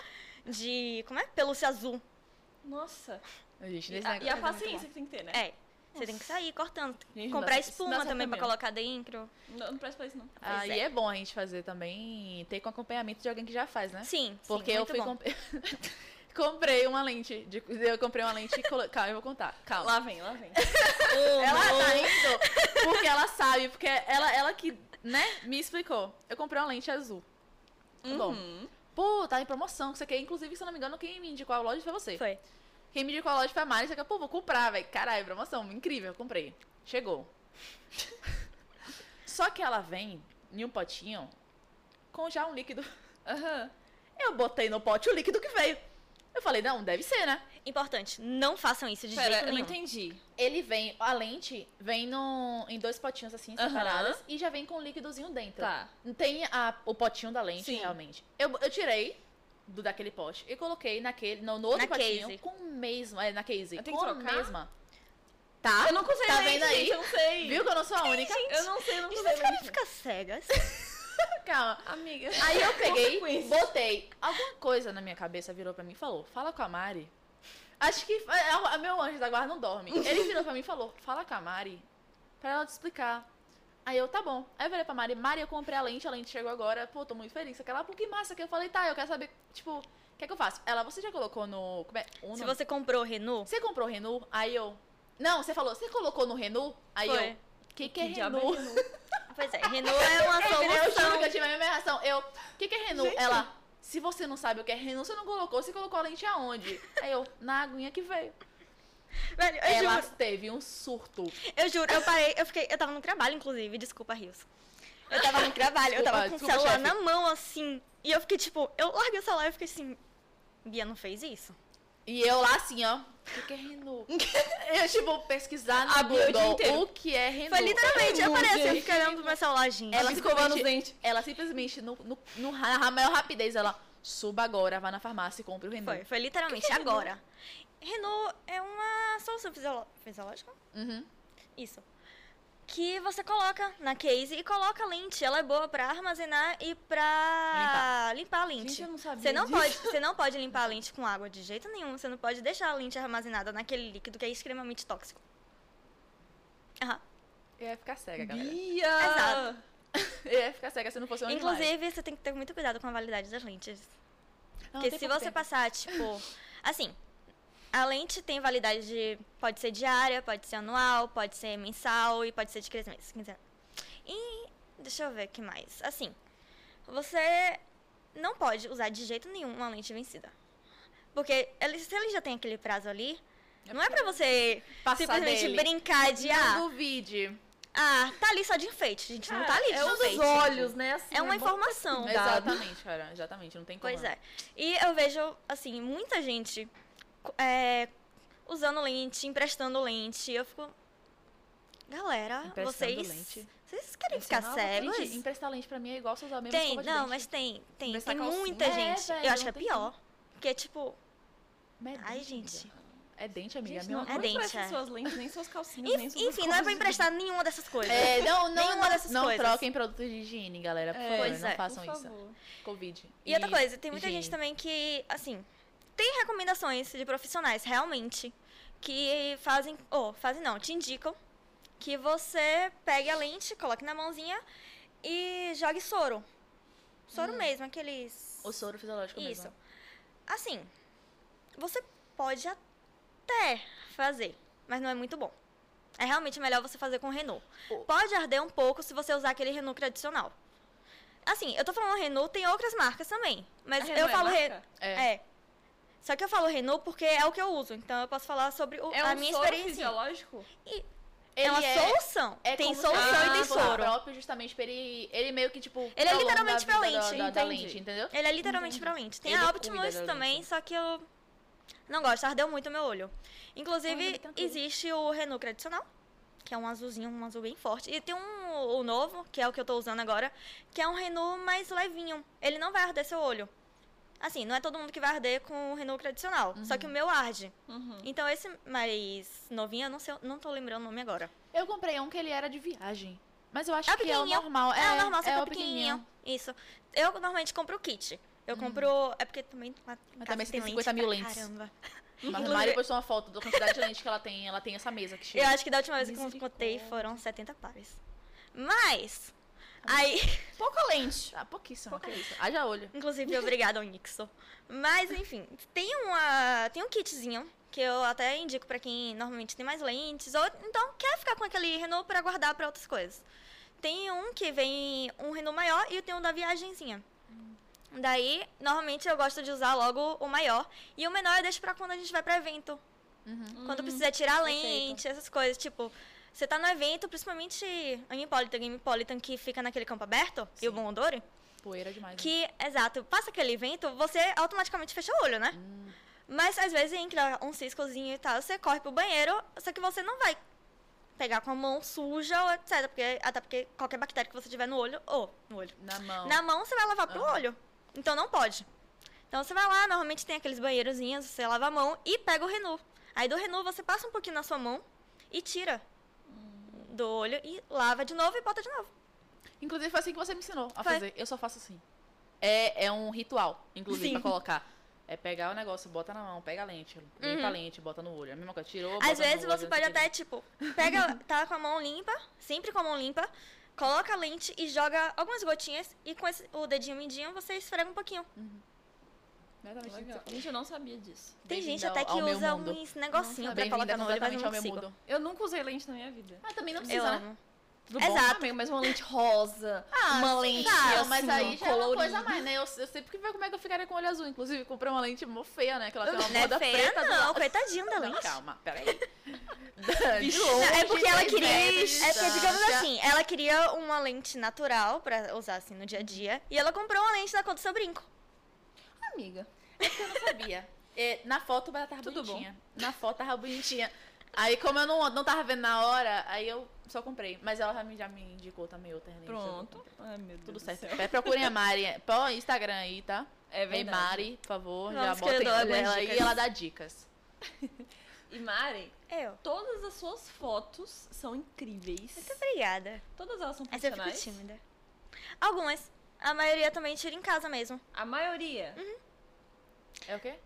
de... Como é? Pelúcia azul. nossa. Gente, E nesse a, e a negócio- paciência que tem que ter, né? É. Você tem que sair cortando. Gente, Comprar dá- isso dá espuma certo também pra mesmo. colocar dentro. Não, não presta pra isso, não. Ah, Pois e é bom a gente fazer também, ter com acompanhamento de alguém que já faz, né? Sim, sim, Porque eu muito fui bom. comp- comprei uma lente. de- Eu comprei uma lente. colo- Calma, eu vou contar. Calma. Lá vem, lá vem. Ela tá rindo porque ela sabe, porque ela, ela que, né, me explicou. Eu comprei uma lente azul. Tá Bom, Uhum. pô, tá em promoção, que você quer. Inclusive, se eu não me engano, quem me indicou a loja foi você. Foi. Quem me indicou a loja foi a Mari. Você quer, pô, vou comprar, velho. Caralho, promoção, incrível, eu comprei. Chegou. Só que ela vem em um potinho com já um líquido. Aham. Eu botei no pote o líquido que veio. Eu falei, não, deve ser, né? Importante, não façam isso de Pera, jeito eu não nenhum. entendi. Ele vem, a lente vem no, em dois potinhos assim, Aham. separadas, e já vem com um líquidozinho dentro. Tá. Tem a- o potinho da lente, Sim. realmente. Eu, eu tirei do daquele pote e coloquei naquele, no, no outro Na potinho case. com o mesmo. É, na case. Eu tenho que com a trocar? mesma. Tá? Eu não consigo Tá ler, vendo aí? gente, eu não sei. Viu que eu não sou a única? Eu não sei, eu não Vocês querem consigo. ficar cegas? Calma. Amiga. Aí eu peguei, Consequências. botei. Alguma coisa na minha cabeça virou pra mim e falou: fala com a Mari. Acho que é, o- é meu anjo da guarda não dorme. Ele virou pra mim e falou: fala com a Mari pra ela te explicar. Aí eu, tá bom. Aí eu falei pra Mari, Mari, eu comprei a lente, a lente chegou agora. Pô, tô muito feliz. Aquela, "Ah, pô, que massa que eu falei, tá, eu quero saber, tipo, o que é que eu faço? Ela, você já colocou no. Como é? Uno? Se você comprou Renu, Você comprou o Renu? Aí eu. Não, você falou, você colocou no Renu? Aí Foi. eu. Que que é Que diabo é Renu? pois é, Renu é uma Eu juro que eu solução. tive a mesma reação. Eu, o que, que é Renu? Ela, se você não sabe o que é Renu, você não colocou. Você colocou a lente aonde? Aí eu, na aguinha que veio. Velho, eu Ela juro, teve um surto. eu juro, eu parei, eu fiquei, eu tava no trabalho, inclusive, desculpa, Rios. Eu tava no trabalho, eu tava com Desculpa, o celular desculpa, na mão, assim, e eu fiquei, tipo, eu larguei o celular e fiquei assim, Bia não fez isso? E eu lá assim, ó. O que, que é Renu? eu, tipo, pesquisar no Abriu o dia Google inteiro. o que é Renu. Foi literalmente, eu Renu, parei assim, gente. fiquei olhando pro meu celular, gente. Ela Ela escovando os simplesmente- dentes. Ela simplesmente, no, no, no, ra- na maior rapidez, ela, suba agora, vá na farmácia e compre o Renu. Foi, foi literalmente que é Renu? agora. Renu é uma solução fisiolo- fisiológica? Uhum. Isso. Que você coloca na case e coloca a lente. Ela é boa pra armazenar e pra limpar, a lente. Gente, eu não sabia Você não, disso. pode, você não pode limpar a lente com água de jeito nenhum. Você não pode deixar a lente armazenada naquele líquido que é extremamente tóxico. Aham. Eu ia ficar cega, galera. Bia! Exato. Eu ia ficar cega se não fosse um animal. Inclusive, você tem que ter muito cuidado com a validade das lentes. Não, Porque tem se pouco você tempo. passar, tipo. Assim, a lente tem validade de. Pode ser diária, pode ser anual, pode ser mensal e pode ser de 3 meses. quinze anos. E. Deixa eu ver o que mais. Assim, você não pode usar de jeito nenhum uma lente vencida. Porque ele- se ele já tem aquele prazo ali, não é pra você Passar simplesmente dele. brincar de. Ah, Não duvide. ah, tá ali só de enfeite. Gente, não tá ali de É um dos enfeite. olhos, né? Assim, É uma bom. informação. Exato. cuidado. Exatamente, cara. Exatamente. Não tem como. Pois é. E eu vejo, assim, muita gente co- é, usando lente, emprestando lente. Eu fico. Galera, Emprestando vocês. lente? é Vocês querem ficar Não, cegos? Gente, emprestar lente pra mim é igual você usar a mesma tem, escova de não, dente. mas tem, tem. Emprestar Tem calcinha? muita É, gente. velho, eu acho que não é tem pior. Porque é tipo. Mas é Ai, dente, gente. amiga. É dente, amiga. Gente, é não, meu... é não dente, empresta é. suas lentes, nem suas calcinhas, nem suas Enfim, não é pra escovas. emprestar nenhuma dessas coisas. É, não, não, Nenhuma não, dessas não coisas. troquem produtos de higiene, galera. Por É. favor, Pois não é. façam Por isso. favor. Covid. E outra coisa, tem muita higiene. gente também que, assim, tem recomendações de profissionais, realmente, que fazem, ou fazem não, te indicam que você pegue a lente, coloque na mãozinha e jogue soro. Soro mesmo, aqueles. O soro fisiológico Isso. mesmo. Assim, você pode até fazer, mas não é muito bom. É realmente melhor você fazer com Renault. O- Pode arder um pouco se você usar aquele Renault tradicional. Assim, eu tô falando Renault, tem outras marcas também. Mas Renault eu é falo marca? Re- É. É. Só que eu falo Renault porque é o que eu uso. Então eu posso falar sobre o- É a um minha soro experiência. fisiológico? É uma Ele solução. é tem como se solução fosse e tem um soro. próprio, justamente, pra ele, ele meio que, tipo... é prolonga literalmente a vida pra da- lente, da- da entendi. lente, entendeu? Ele é literalmente pra lente. Tem Uhum. Ele a cuida Optimus da também, lente. só que eu não gosto, ardeu muito o meu olho. Olha, tá Inclusive, tranquilo. existe o Renault tradicional, que é um azulzinho, um azul bem forte. E tem um o novo, que é o que eu tô usando agora, que é um Renault mais levinho. Ele não vai arder seu olho. Assim, não é todo mundo que vai arder com o Renault tradicional. Só que o meu arde. Uhum. Então esse mais novinho, eu não sei, não tô lembrando o nome agora. Eu comprei um que ele era de viagem. Mas eu acho É o que é o pequenininho. normal. É, o normal, só que é é o pequenininho. Isso. Eu normalmente compro o kit. Eu compro. É porque também. lá em Mas casa Hum. também você tem lente 50 mil pra lentes. Caramba. Mas a Inclusive- Mari postou uma foto da quantidade de lente que ela tem. Ela tem essa mesa que Eu chega. acho que da última vez que eu contei Misericórdia. foram 70 pares. Mas. Aí. Pouca lente. Ah, pouquíssimo. que isso. Haja olho. Inclusive, obrigada ao Nixon. Mas, enfim, tem, uma, tem um kitzinho que eu até indico pra quem normalmente tem mais lentes ou então quer ficar com aquele Renault pra guardar pra outras coisas. Tem um que vem um Renault maior e tem um da viagenzinha. Daí, normalmente eu gosto de usar logo o maior e o menor eu deixo pra quando a gente vai pra evento. Quando precisa tirar perfeito. lente, essas coisas, tipo, você tá no evento, principalmente Anipolitan, Gamepolitan, que fica naquele campo aberto, e o Sim. Bondori, Poeira demais. né? que, exato, passa aquele vento, você automaticamente fecha o olho, né? Mas às vezes entra um ciscozinho e tal, você corre pro banheiro, só que você não vai pegar com a mão suja ou etc. Porque, até porque qualquer bactéria que você tiver no olho, ou no olho, Na mão. na mão você vai lavar pro Aham. olho. Então não pode. Então você vai lá, normalmente tem aqueles banheirozinhos, você lava a mão e pega o Renault. Aí do Renault você passa um pouquinho na sua mão e tira do olho e lava de novo e bota de novo. Inclusive, foi assim que você me ensinou a Foi. fazer. Eu só faço assim. É, é um ritual, inclusive, Sim. pra colocar. É pegar o negócio, bota na mão, pega a lente, limpa a lente, bota no olho. É a mesma coisa, tirou, bota Uhum. Às no vezes olho, você não sei pode o quê. até, tipo, pega, tá com a mão limpa, sempre com a mão limpa, coloca a lente e joga algumas gotinhas e com esse- o dedinho mindinho você esfrega um pouquinho. Exatamente. Legal. Gente, eu não sabia disso. Tem Bem-vindo gente até ao- que ao meu usa assim, mundo. uns negocinhos pra Bem-vinda colocar no olho, mas eu completamente não ao meu consigo. mundo. Eu nunca usei lente na minha vida. Ah, também não Eu precisa, né? amo. Tudo Exato. bom? Ah, mas uma lente rosa, Ah, uma sim. lente Ah, Não, assim, mas ó, aí já é uma coisa colorida. a mais, né? Eu, eu sei porque vai como é que eu ficaria com o olho azul. Inclusive, comprei uma lente mó feia, né? Que ela tem uma Não é borda feia, preta do não, lado. coitadinho da Não, lente. calma, peraí. De Não, longe, é porque ela dois queria. metros de É porque, digamos distância. assim, ela queria uma lente natural pra usar assim no dia a dia. E ela comprou uma lente da cor do seu brinco. Amiga. sabia. É, na foto ela tava Tudo bonitinha. Na foto tava bonitinha. Aí, como eu não, não tava vendo na hora, aí eu só comprei. Mas ela já me, já me indicou também outra lente. eu vou Pronto. comprar. Ai, meu Deus Tudo do certo. céu. É, Procurem a Mari. Põe o Instagram aí, tá? É Vem verdade. Mari, por favor. já Vamos que eu botem dou ela algumas dela aí e dicas. ela dá dicas. E Mari, Eu. todas as suas fotos são incríveis. Muito obrigada. Todas elas são Essa É eu fico profissionais. tímida. Algumas. A maioria também tira em casa mesmo. A maioria. Uhum. É o quê?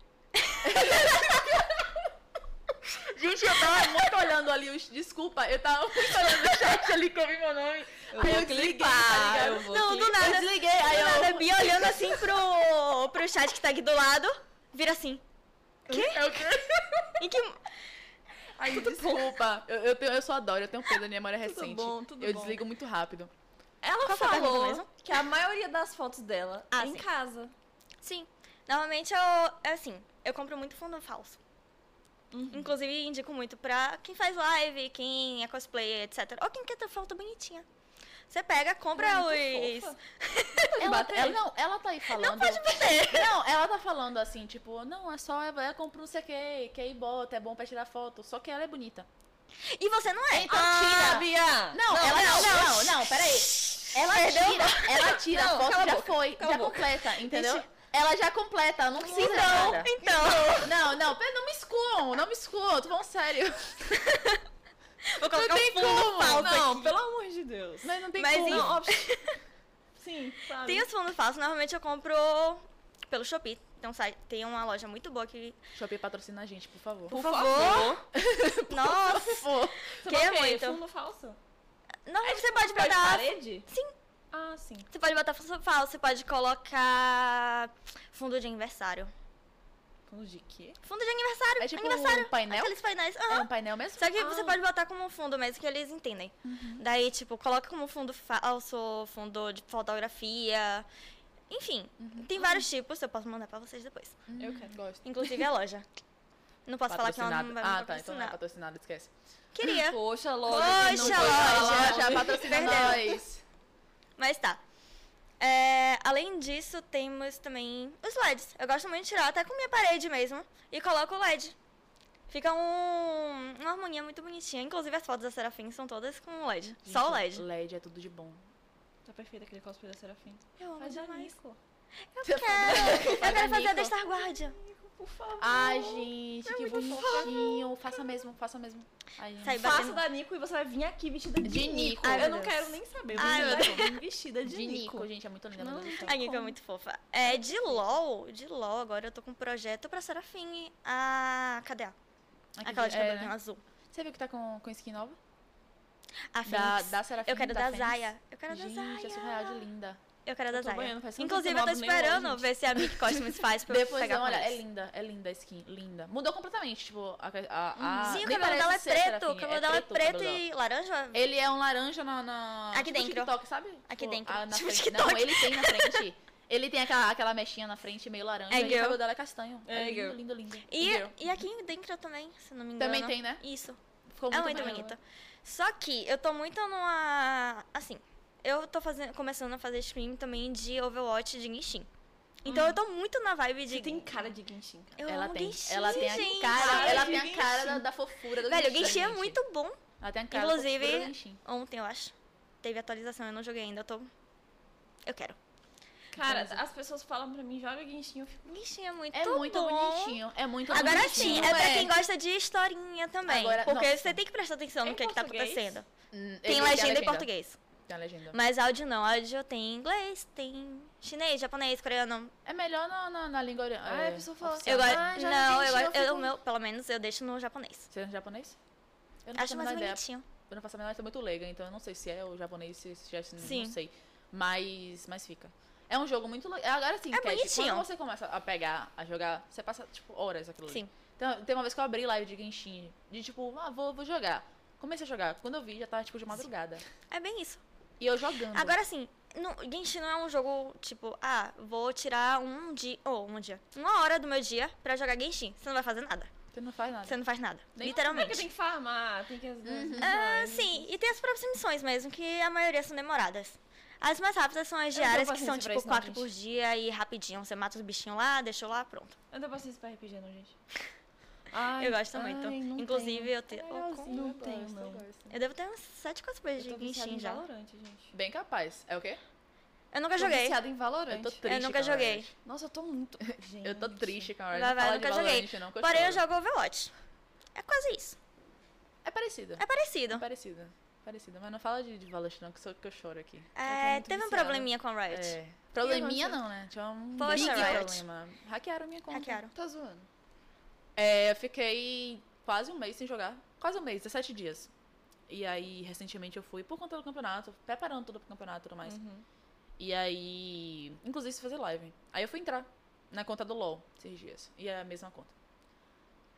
Gente, eu Tava muito olhando ali os. Desculpa, eu tava muito olhando o chat ali que eu vi meu nome. Eu aí vou eu desliguei, tá clicar, ligado? eu vou Não, do clicar. nada. Eu desliguei, aí do eu. nada, a Bia olhando assim pro, pro chat que tá aqui do lado, vira assim. É o quê? Em que. Ai, desculpa. Eu, eu, tenho- eu só adoro, eu tenho um peso da minha memória Tudo recente. bom, tudo eu bom. desligo muito rápido. Ela Qual foi a pergunta falou mesmo? que a maioria das fotos dela Ah, é em sim. casa. Sim. Normalmente eu. é Assim, eu compro muito fundo falso. Uhum. Inclusive, indico muito pra quem faz live, quem é cosplayer, etc. Ou quem quer ter foto bonitinha. Você pega, compra Ela é os. muito fofa. Ela, bater? ela- não, ela tá aí falando. Não pode É, bater. Não, ela tá falando assim, tipo, não, é só ela compra não sei o que, que aí bota, é bom pra tirar foto. Só que ela é bonita. E você não é. Então Ah, tira. Bia! Não, ela não, não, não, peraí. Ela tira, ela tira Não, a foto, cala a já boca, foi, cala já a boca. completa, entendeu? Ela já completa, ela não precisa de então, nada. então. Não, não, pera, não me escuam, não me escuam, tô falando sério. Vou colocar tem um fundo como, falso Não, aqui. pelo amor de Deus. Mas não tem Mas como. enfim. Não, ó, Sim, sabe? Tem os fundos falsos, normalmente eu compro pelo Shopee tem, um site, tem uma loja muito boa que. Shopee patrocina a gente, por favor. Por Nossa! favor. Você Queria bota o quê? é muito. Fundo falso? Não, você pode Papel de botar. parede? Sim. Ah, sim. Você pode botar fundo falso, você pode colocar fundo de aniversário. Fundo de quê? Fundo de aniversário! É tipo aniversário! um painel? Aqueles painéis. É né? Uhum. Aham. um painel mesmo? Só que você Ah. pode botar como fundo mesmo, que eles entendem. Daí, tipo, coloca como fundo falso, fundo de fotografia. Enfim, Uhum. tem vários tipos, eu posso mandar pra vocês depois. Eu quero. Gosto. Inclusive a loja. Não posso falar que ela não vai me Ah, tá. Então não é patrocinar. patrocinado, esquece. Queria, Poxa, loja. Poxa, não foi loja. falar. já patrocina Perdeu. nós. mas tá. É, além disso, temos também os LEDs. Eu gosto muito de tirar até com minha parede mesmo. E coloco o LED. Fica um- uma harmonia muito bonitinha. Inclusive, as fotos da Serafim são todas com LED. Só o Gente, LED. LED é tudo de bom. Tá perfeito aquele cosplay da Serafim. Eu amo Faz a demais. Nico. Eu quero, eu quero fazer a Nico. da Star Guardian. Por favor. É Ai, gente, que bonitinho. Faça mesmo, faça mesmo. Ai, Sai gente. Faça batendo- da Nico e você vai vir aqui vestida de, De Nico. Eu Ai, meu não Deus. quero nem saber. Ai, Você meu vai vir vestida de, de Nico. Nico, gente, é muito linda. Não, meu Deus do céu. tá. A Nico é Como? muito fofa. É de LOL, de LOL agora eu tô com um projeto pra Serafim. Ah, cadê a? Aqui, Aquela de é, cabelo né? azul. Você viu que tá com, com skin nova? A Da, Fênix. da Serafim. eu quero da da Fênix. Zaya. Eu quero da Gente, Zaya. é surreal de linda. Eu quero da Eu tô Zaya. banhando, faz tempo que eu Inclusive, não eu tô tomo banho hoje, esperando gente. ver se a Mick Costumes faz pra eu Depois pegar dá com uma olhada. É eles. linda, é linda a skin. Linda. Mudou completamente, tipo, a. a, a Sim, o nem cabelo dela é parece ser preto. O Serafim, cabelo dela é assim, o preto cabelo dela. e laranja. Ele é um laranja na. na- Aqui tipo dentro. TikTok, sabe? Aqui Tipo, dentro. a- na Tipo frente. TikTok. Não, ele tem na frente. Ele tem aquela, aquela mechinha na frente, meio laranja. É, e o girl. cabelo dela é castanho. É, É, girl. lindo, lindo, lindo. E, Girl. e aqui dentro também, se não me engano. Também tem, né? Isso. Ficou É muito, muito bem. bonita. Só que eu tô muito numa. Assim, eu tô fazendo, começando a fazer stream também de Overwatch de Genshin. Então eu Hum. tô muito na vibe de. Você tem cara de Genshin, cara. Eu ela amo tem, Genshin, ela tem gente. a cara, Cara ela de tem a cara da, Genshin. da fofura do Velho, o Genshin. Genshin é gente. muito bom. Ela tem a cara Inclusive- da fofura do Genshin. Ontem, eu acho. Teve atualização, eu não joguei ainda. Eu tô. Eu quero. Cara, Beleza. as pessoas falam pra mim, joga Genshin, eu fico... Genshin é muito É bom. muito bonitinho, é muito Agora sim, bonitinho. é pra quem gosta de historinha também. Agora- porque nossa. você tem que prestar atenção Em no que, é que tá português? acontecendo. Hum, Tem ele- legenda em português. Tem a legenda. Mas áudio não. Áudio tem inglês, tem chinês, japonês, coreano, É melhor na, na, na língua é, oriental. Ai, a pessoa fala Eu né? gosto. Ah, já não, entendi, eu eu gosto. Eu, fico- o meu, pelo menos eu deixo no japonês. Você é japonês? Eu não Acho faço a mais menor ideia. bonitinho. Eu não faço a menor ideia, eu sou muito leiga, então eu não sei se é o japonês, se se já se- Sim. não sei. Mas, mas fica. É um jogo muito legal. Agora sim, É Cat, bonitinho. quando você começa a pegar, a jogar, você passa, tipo, horas aquilo ali. Sim. Então, tem uma vez que eu abri live de Genshin, de tipo, ah, vou, vou jogar. Comecei a jogar. Quando eu vi, já tava, tipo, de madrugada. É bem isso. E eu jogando. Agora sim, não, Genshin não é um jogo tipo, ah, vou tirar um dia. Ou um dia. Uma hora do meu dia pra jogar Genshin. Você não vai fazer nada. Você não faz nada. Você não faz nada. Nem- Como é que literalmente. tem que farmar? Tem que... Ah, sim, e tem as próprias missões mesmo, que a maioria são demoradas. As mais rápidas são as Eu não tenho diárias, que são paciência pra tipo isso não, quatro gente. por dia e rapidinho. Você mata os bichinhos lá, deixou lá, pronto. Eu não tenho paciência pra RPG, não, gente. Ai, eu gosto ai, muito. não É Inclusive, tenho. eu tenho. Não tenho, não. Eu devo ter uns sete cosplays Eu tô de viciada em Genshin já. Valorant, gente. Bem capaz. É o quê? Eu nunca Tô joguei. viciada em Valorant. Eu tô triste. nunca com a joguei. Riot. Nossa, eu tô muito... Gente. Eu tô triste, Vai, cara. Não vai, fala nunca de joguei. Valorant, não, que eu Porém, eu choro. jogo Overwatch. É quase isso. É parecido. É parecido. É parecido. Parecido. Mas não fala de, de Valorant, não, que, sou, que eu choro aqui. É, muito teve um viciada. probleminha com a Riot. É. Probleminha não, né? Tinha um Poxa, big Riot. problema. Hackearam minha conta. Hackearam. Tá zoando. É, eu fiquei quase um mês sem jogar. Quase um mês, 17 dias. E aí, recentemente, eu fui por conta do campeonato, preparando tudo pro campeonato e tudo Uhum. mais. E aí, inclusive, se fazer live. Aí eu fui entrar na conta do LoL esses dias. E é a mesma conta.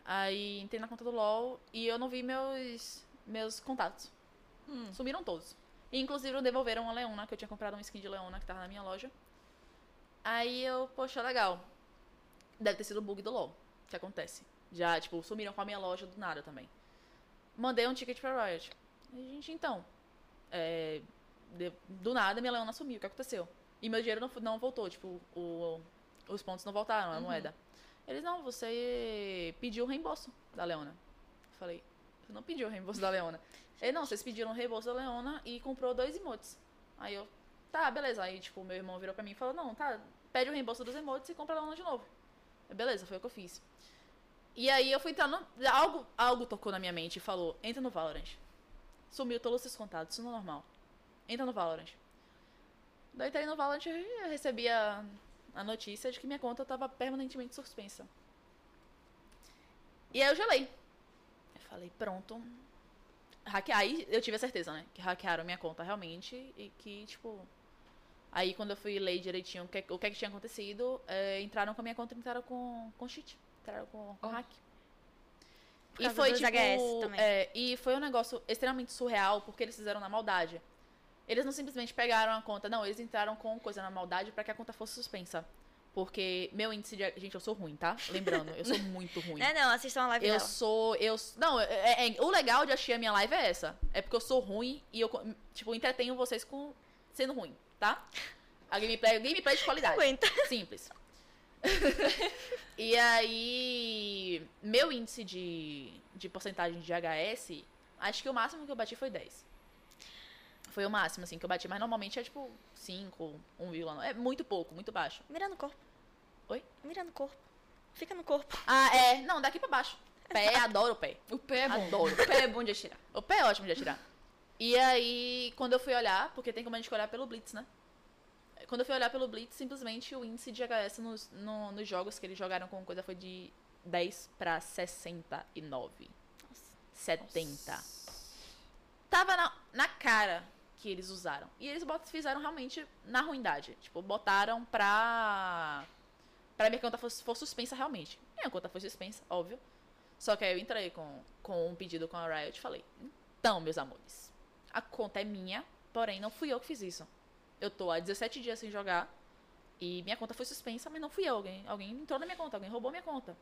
Aí entrei na conta do LoL e eu não vi meus, meus contatos. Hum. Sumiram todos. E, inclusive, devolveram uma Leona, que eu tinha comprado um skin de Leona que tava na minha loja. Aí eu, poxa, legal. Deve ter sido o bug do LoL, que acontece. Já, tipo, sumiram com a minha loja do nada também. Mandei um ticket pra Riot. Aí, gente, então. é, de- do nada minha Leona sumiu, o que aconteceu? E meu dinheiro não, fu- não voltou, tipo, o- os pontos não voltaram, a moeda. Eles, não, você pediu o reembolso da Leona. Eu falei, você não pediu o reembolso da Leona. Ele, não, vocês pediram o reembolso da Leona e comprou dois emotes. Aí eu, tá, beleza. Aí, tipo, meu irmão virou pra mim e falou, não, tá, pede o reembolso dos emotes e compra a Leona de novo. Eu, Beleza, foi o que eu fiz. E aí eu fui entrar no... Algo, algo tocou na minha mente e falou, entra no Valorant. Sumiu todos os contatos, isso não é normal. Entra no Valorant. Daí entrei no Valorant e eu recebia a notícia de que minha conta tava permanentemente suspensa. E aí eu gelei. Eu falei, pronto. Hacke... Aí eu tive a certeza, né? Que hackearam minha conta realmente e que, tipo. Aí quando eu fui ler direitinho o que, o que, é que tinha acontecido, eh, entraram com a minha conta e entraram com, com cheat. Entraram com, com hack. Por E causa foi, dos tipo, HS também. é, e foi um negócio extremamente surreal, porque eles fizeram na maldade. Eles não simplesmente pegaram a conta, não, eles entraram com coisa na maldade pra que a conta fosse suspensa. Porque meu índice de. Gente, eu sou ruim, tá? Lembrando, eu sou muito ruim. Né, não, assistam a live Eu dela. sou. Eu, não, é- é- o legal de assistir a minha live é essa. É porque eu sou ruim e eu, tipo, entretenho vocês com sendo ruim, tá? A gameplay, gameplay é de qualidade. Aguenta. Simples. e aí, meu índice de, de porcentagem de HS, acho que o máximo que eu bati foi 10. Foi o máximo, assim, que eu bati. Mas normalmente é tipo 5, 1,9. É muito pouco, muito baixo. Mira no corpo. Oi? Mira no corpo. Fica no corpo. Ah, é. Não, daqui pra baixo. Pé, adoro o pé. O pé é bom. Adoro. O pé é bom de atirar. O pé é ótimo de atirar. E aí, quando eu fui olhar, porque tem como a gente olhar pelo Blitz, né? Quando eu fui olhar pelo Blitz, simplesmente o índice de HS nos, no- nos jogos que eles jogaram com coisa foi de 10 pra 69. 70. Tava na, na cara que eles usaram. E eles bot- fizeram realmente na ruindade. Tipo, botaram pra. Pra minha conta fosse, fosse suspensa realmente. Minha conta foi suspensa, óbvio. Só que aí eu entrei com, com um pedido com a Riot e falei: Então, meus amores, a conta é minha, porém não fui eu que fiz isso. Eu tô há 17 dias sem jogar e minha conta foi suspensa, mas não fui eu. Alguém, alguém entrou na minha conta, alguém roubou minha conta.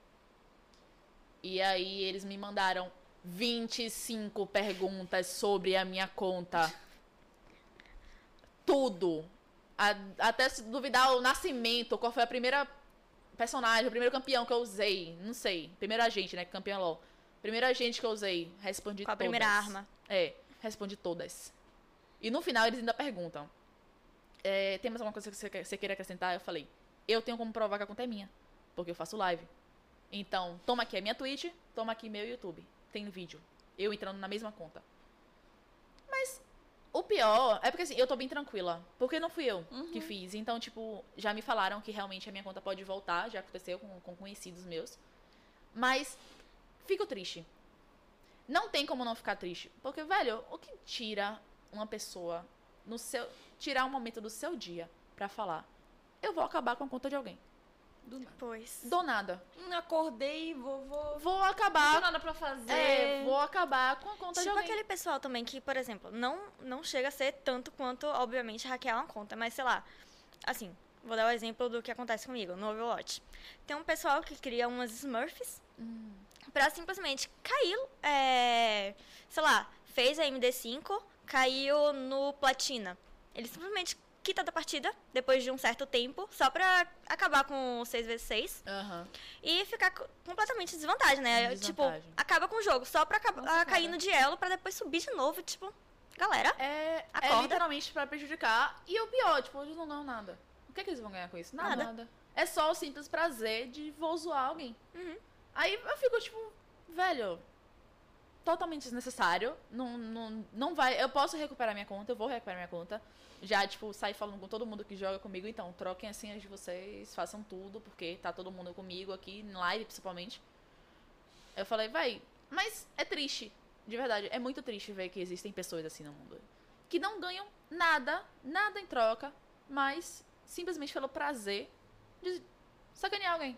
E aí eles me mandaram 25 perguntas sobre a minha conta. Tudo. A- até se duvidar o nascimento, qual foi a primeira personagem, o primeiro campeão que eu usei. Não sei. Primeiro agente, né? que Campeão é LOL. Primeiro agente que eu usei. Respondi Com a todas. primeira arma. É, respondi todas. E no final eles ainda perguntam: é, Tem mais alguma coisa que você, quer- você queira acrescentar? Eu falei: Eu tenho como provar que a conta é minha, porque eu faço live. Então, toma aqui a minha Twitch, toma aqui meu YouTube. Tem vídeo. Eu entrando na mesma conta. Mas o pior é porque assim, eu tô bem tranquila. Porque não fui eu que fiz. Então, tipo, já me falaram que realmente a minha conta pode voltar. Já aconteceu com, com conhecidos meus. Mas fico triste. Não tem como não ficar triste. Porque, velho, o que tira uma pessoa no seu. Tirar um momento do seu dia pra falar. Eu vou acabar com a conta de alguém. Do nada. Pois. Do nada. Hum, acordei, vou, vou. Vou Não tem acabar. nada pra fazer. É, vou acabar com a conta de Tipo alguém. aquele pessoal também que, por exemplo, não, não chega a ser tanto quanto, obviamente, hackear uma conta, mas sei lá. Assim, vou dar o exemplo do que acontece comigo no Overwatch. Tem um pessoal que cria umas Smurfs Hum. pra simplesmente cair, é, sei lá, fez a MD5, caiu no Platina. Ele simplesmente quita da partida depois de um certo tempo, só pra acabar com o 6x6 Aham. e ficar co- completamente em desvantagem, né? Em Tipo, desvantagem. acaba com o jogo, só pra acab- Nossa, ah, cair cara. no duelo pra depois subir de novo, tipo, galera. É, é Acorda. literalmente pra prejudicar. E o pior, tipo, eles não ganham nada. O que, é que eles vão ganhar com isso? Nada. Nada. É só o simples prazer de vou zoar alguém. Aí eu fico, tipo, velho, totalmente desnecessário. Não, não, não vai. Eu posso recuperar minha conta, eu vou recuperar minha conta. Já, tipo, saí falando com todo mundo que joga comigo, então, troquem as senhas de vocês, façam tudo, porque tá todo mundo comigo aqui, em live principalmente. Eu falei, vai, mas é triste. De verdade, é muito triste ver que existem pessoas assim no mundo. Que não ganham nada, nada em troca, mas simplesmente pelo prazer de sacanear alguém.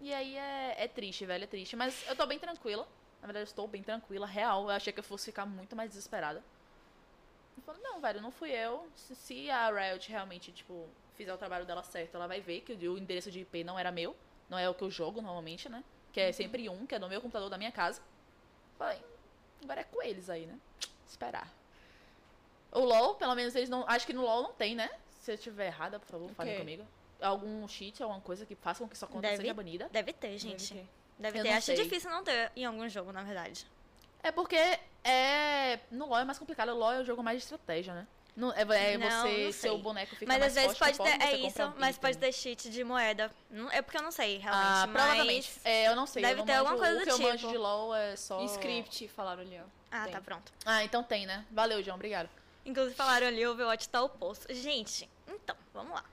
E aí é, é triste, velho, é triste. Mas eu tô bem tranquila. Na verdade, eu estou bem tranquila, real. Eu achei que eu fosse ficar muito mais desesperada. Eu falei, não, velho, não fui eu. Se, se a Riot realmente, tipo, fizer o trabalho dela certo, ela vai ver que o o endereço de IP não era meu. Não é o que eu jogo normalmente, né? Que é sempre um, que é no meu computador da minha casa. Falei, agora é com eles aí, né? Esperar. O LoL, pelo menos eles não. Acho que no LoL não tem, né? Se eu estiver errada, por favor, falem quê? comigo. Algum cheat, alguma coisa que faça com que sua conta Deve. seja banida. Deve ter, gente. Deve Deve ter. Eu não Acho sei. difícil não ter em algum jogo, na verdade. É porque é. No LoL é mais complicado. O LoL é um jogo mais de estratégia, né? Não, é é Não, você, não sei. seu boneco fica mas mais às vezes forte, pode conforme ter. É você isso, compra um mas item. pode ter cheat de moeda. Não- É porque eu não sei, realmente. Ah, mas- provavelmente. É, eu não sei. deve eu não ter manjo- alguma coisa o do que eu manjo tipo. de LoL é só. Script, falaram ali, ó. Ah, Tem. tá pronto. Ah, então tem, né? Valeu, João. Obrigado. Inclusive falaram ali, o Overwatch tá o poço. Gente, então, vamos lá.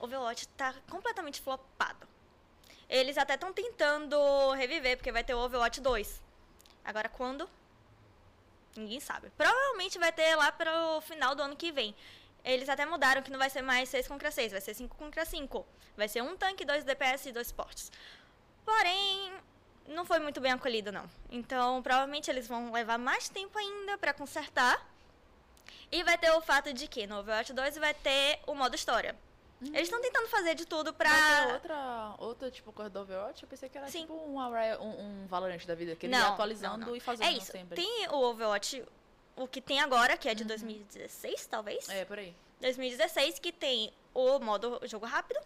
Overwatch tá completamente flopado. Eles até estão tentando reviver, porque vai ter o Overwatch 2. Agora quando? Ninguém sabe. Provavelmente vai ter lá pro final do ano que vem. Eles até mudaram que não vai ser mais 6 contra 6, vai ser 5 contra 5. Vai ser um tanque, dois DPS e dois suportes. Porém, não foi muito bem acolhido, não. Então, provavelmente eles vão levar mais tempo ainda pra consertar. E vai ter o fato de que no Overwatch 2 vai ter o modo história. Eles estão tentando fazer de tudo pra. Mas tem outra, outra, tipo, coisa do Overwatch, eu pensei que era Sim. tipo um, Arri- um, um Valorant da vida, que ele Não, ia não, atualizando não. e fazendo É isso. sempre. Tem o Overwatch, o que tem agora, que é de 2016, talvez? É, por aí. 2016, que tem o modo jogo rápido,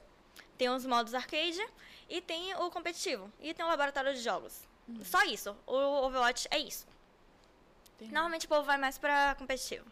tem os modos arcade e tem o competitivo. E tem o laboratório de jogos. Só isso. O Overwatch é isso. Tem- Normalmente o povo vai mais pra competitivo.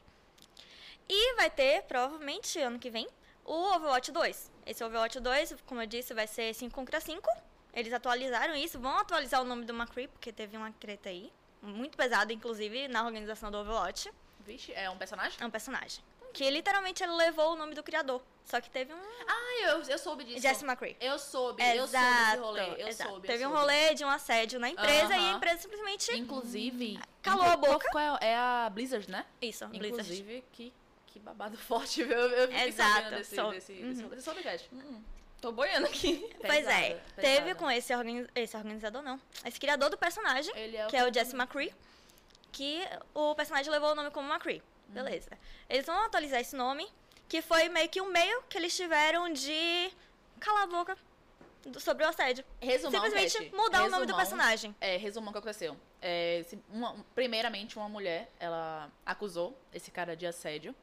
E vai ter, provavelmente, ano que vem, o Overwatch 2. Esse Overwatch 2, como eu disse, vai ser 5 contra 5. Eles atualizaram isso, vão atualizar o nome do McCree, porque teve uma treta aí. Muito pesada, inclusive, na organização do Overwatch. Vixe, é um personagem? É um personagem. Que literalmente ele levou o nome do criador. Só que teve um. Ah, eu, eu soube disso. Jesse McCree. Eu soube, eu soube desse Exato. rolê. Eu exato. soube. eu teve um soube. rolê de um assédio na empresa e a Aham. empresa simplesmente. Inclusive. Calou a boca. Qual é, é a Blizzard, né? Isso, um Blizzard. Inclusive, que, que babado forte, viu? Eu, eu fiquei Exato, sabendo desse, soube. desse, desse rolê. Você soube, Cat? Tô boiando aqui. Pois é. Pesada, Teve pesada. com esse, organi- esse organizador, não. Esse criador do personagem, Ele é o que é o Jesse McCree, que o personagem levou o nome como McCree. Uhum. Beleza. Eles vão atualizar esse nome, que foi meio que um meio que eles tiveram de calar a boca do- sobre o assédio. Resumão, Simplesmente Cat. mudar o nome do Resumão. personagem. É, resumão o que aconteceu. É, se- uma- primeiramente, uma mulher, ela acusou esse cara de assédio.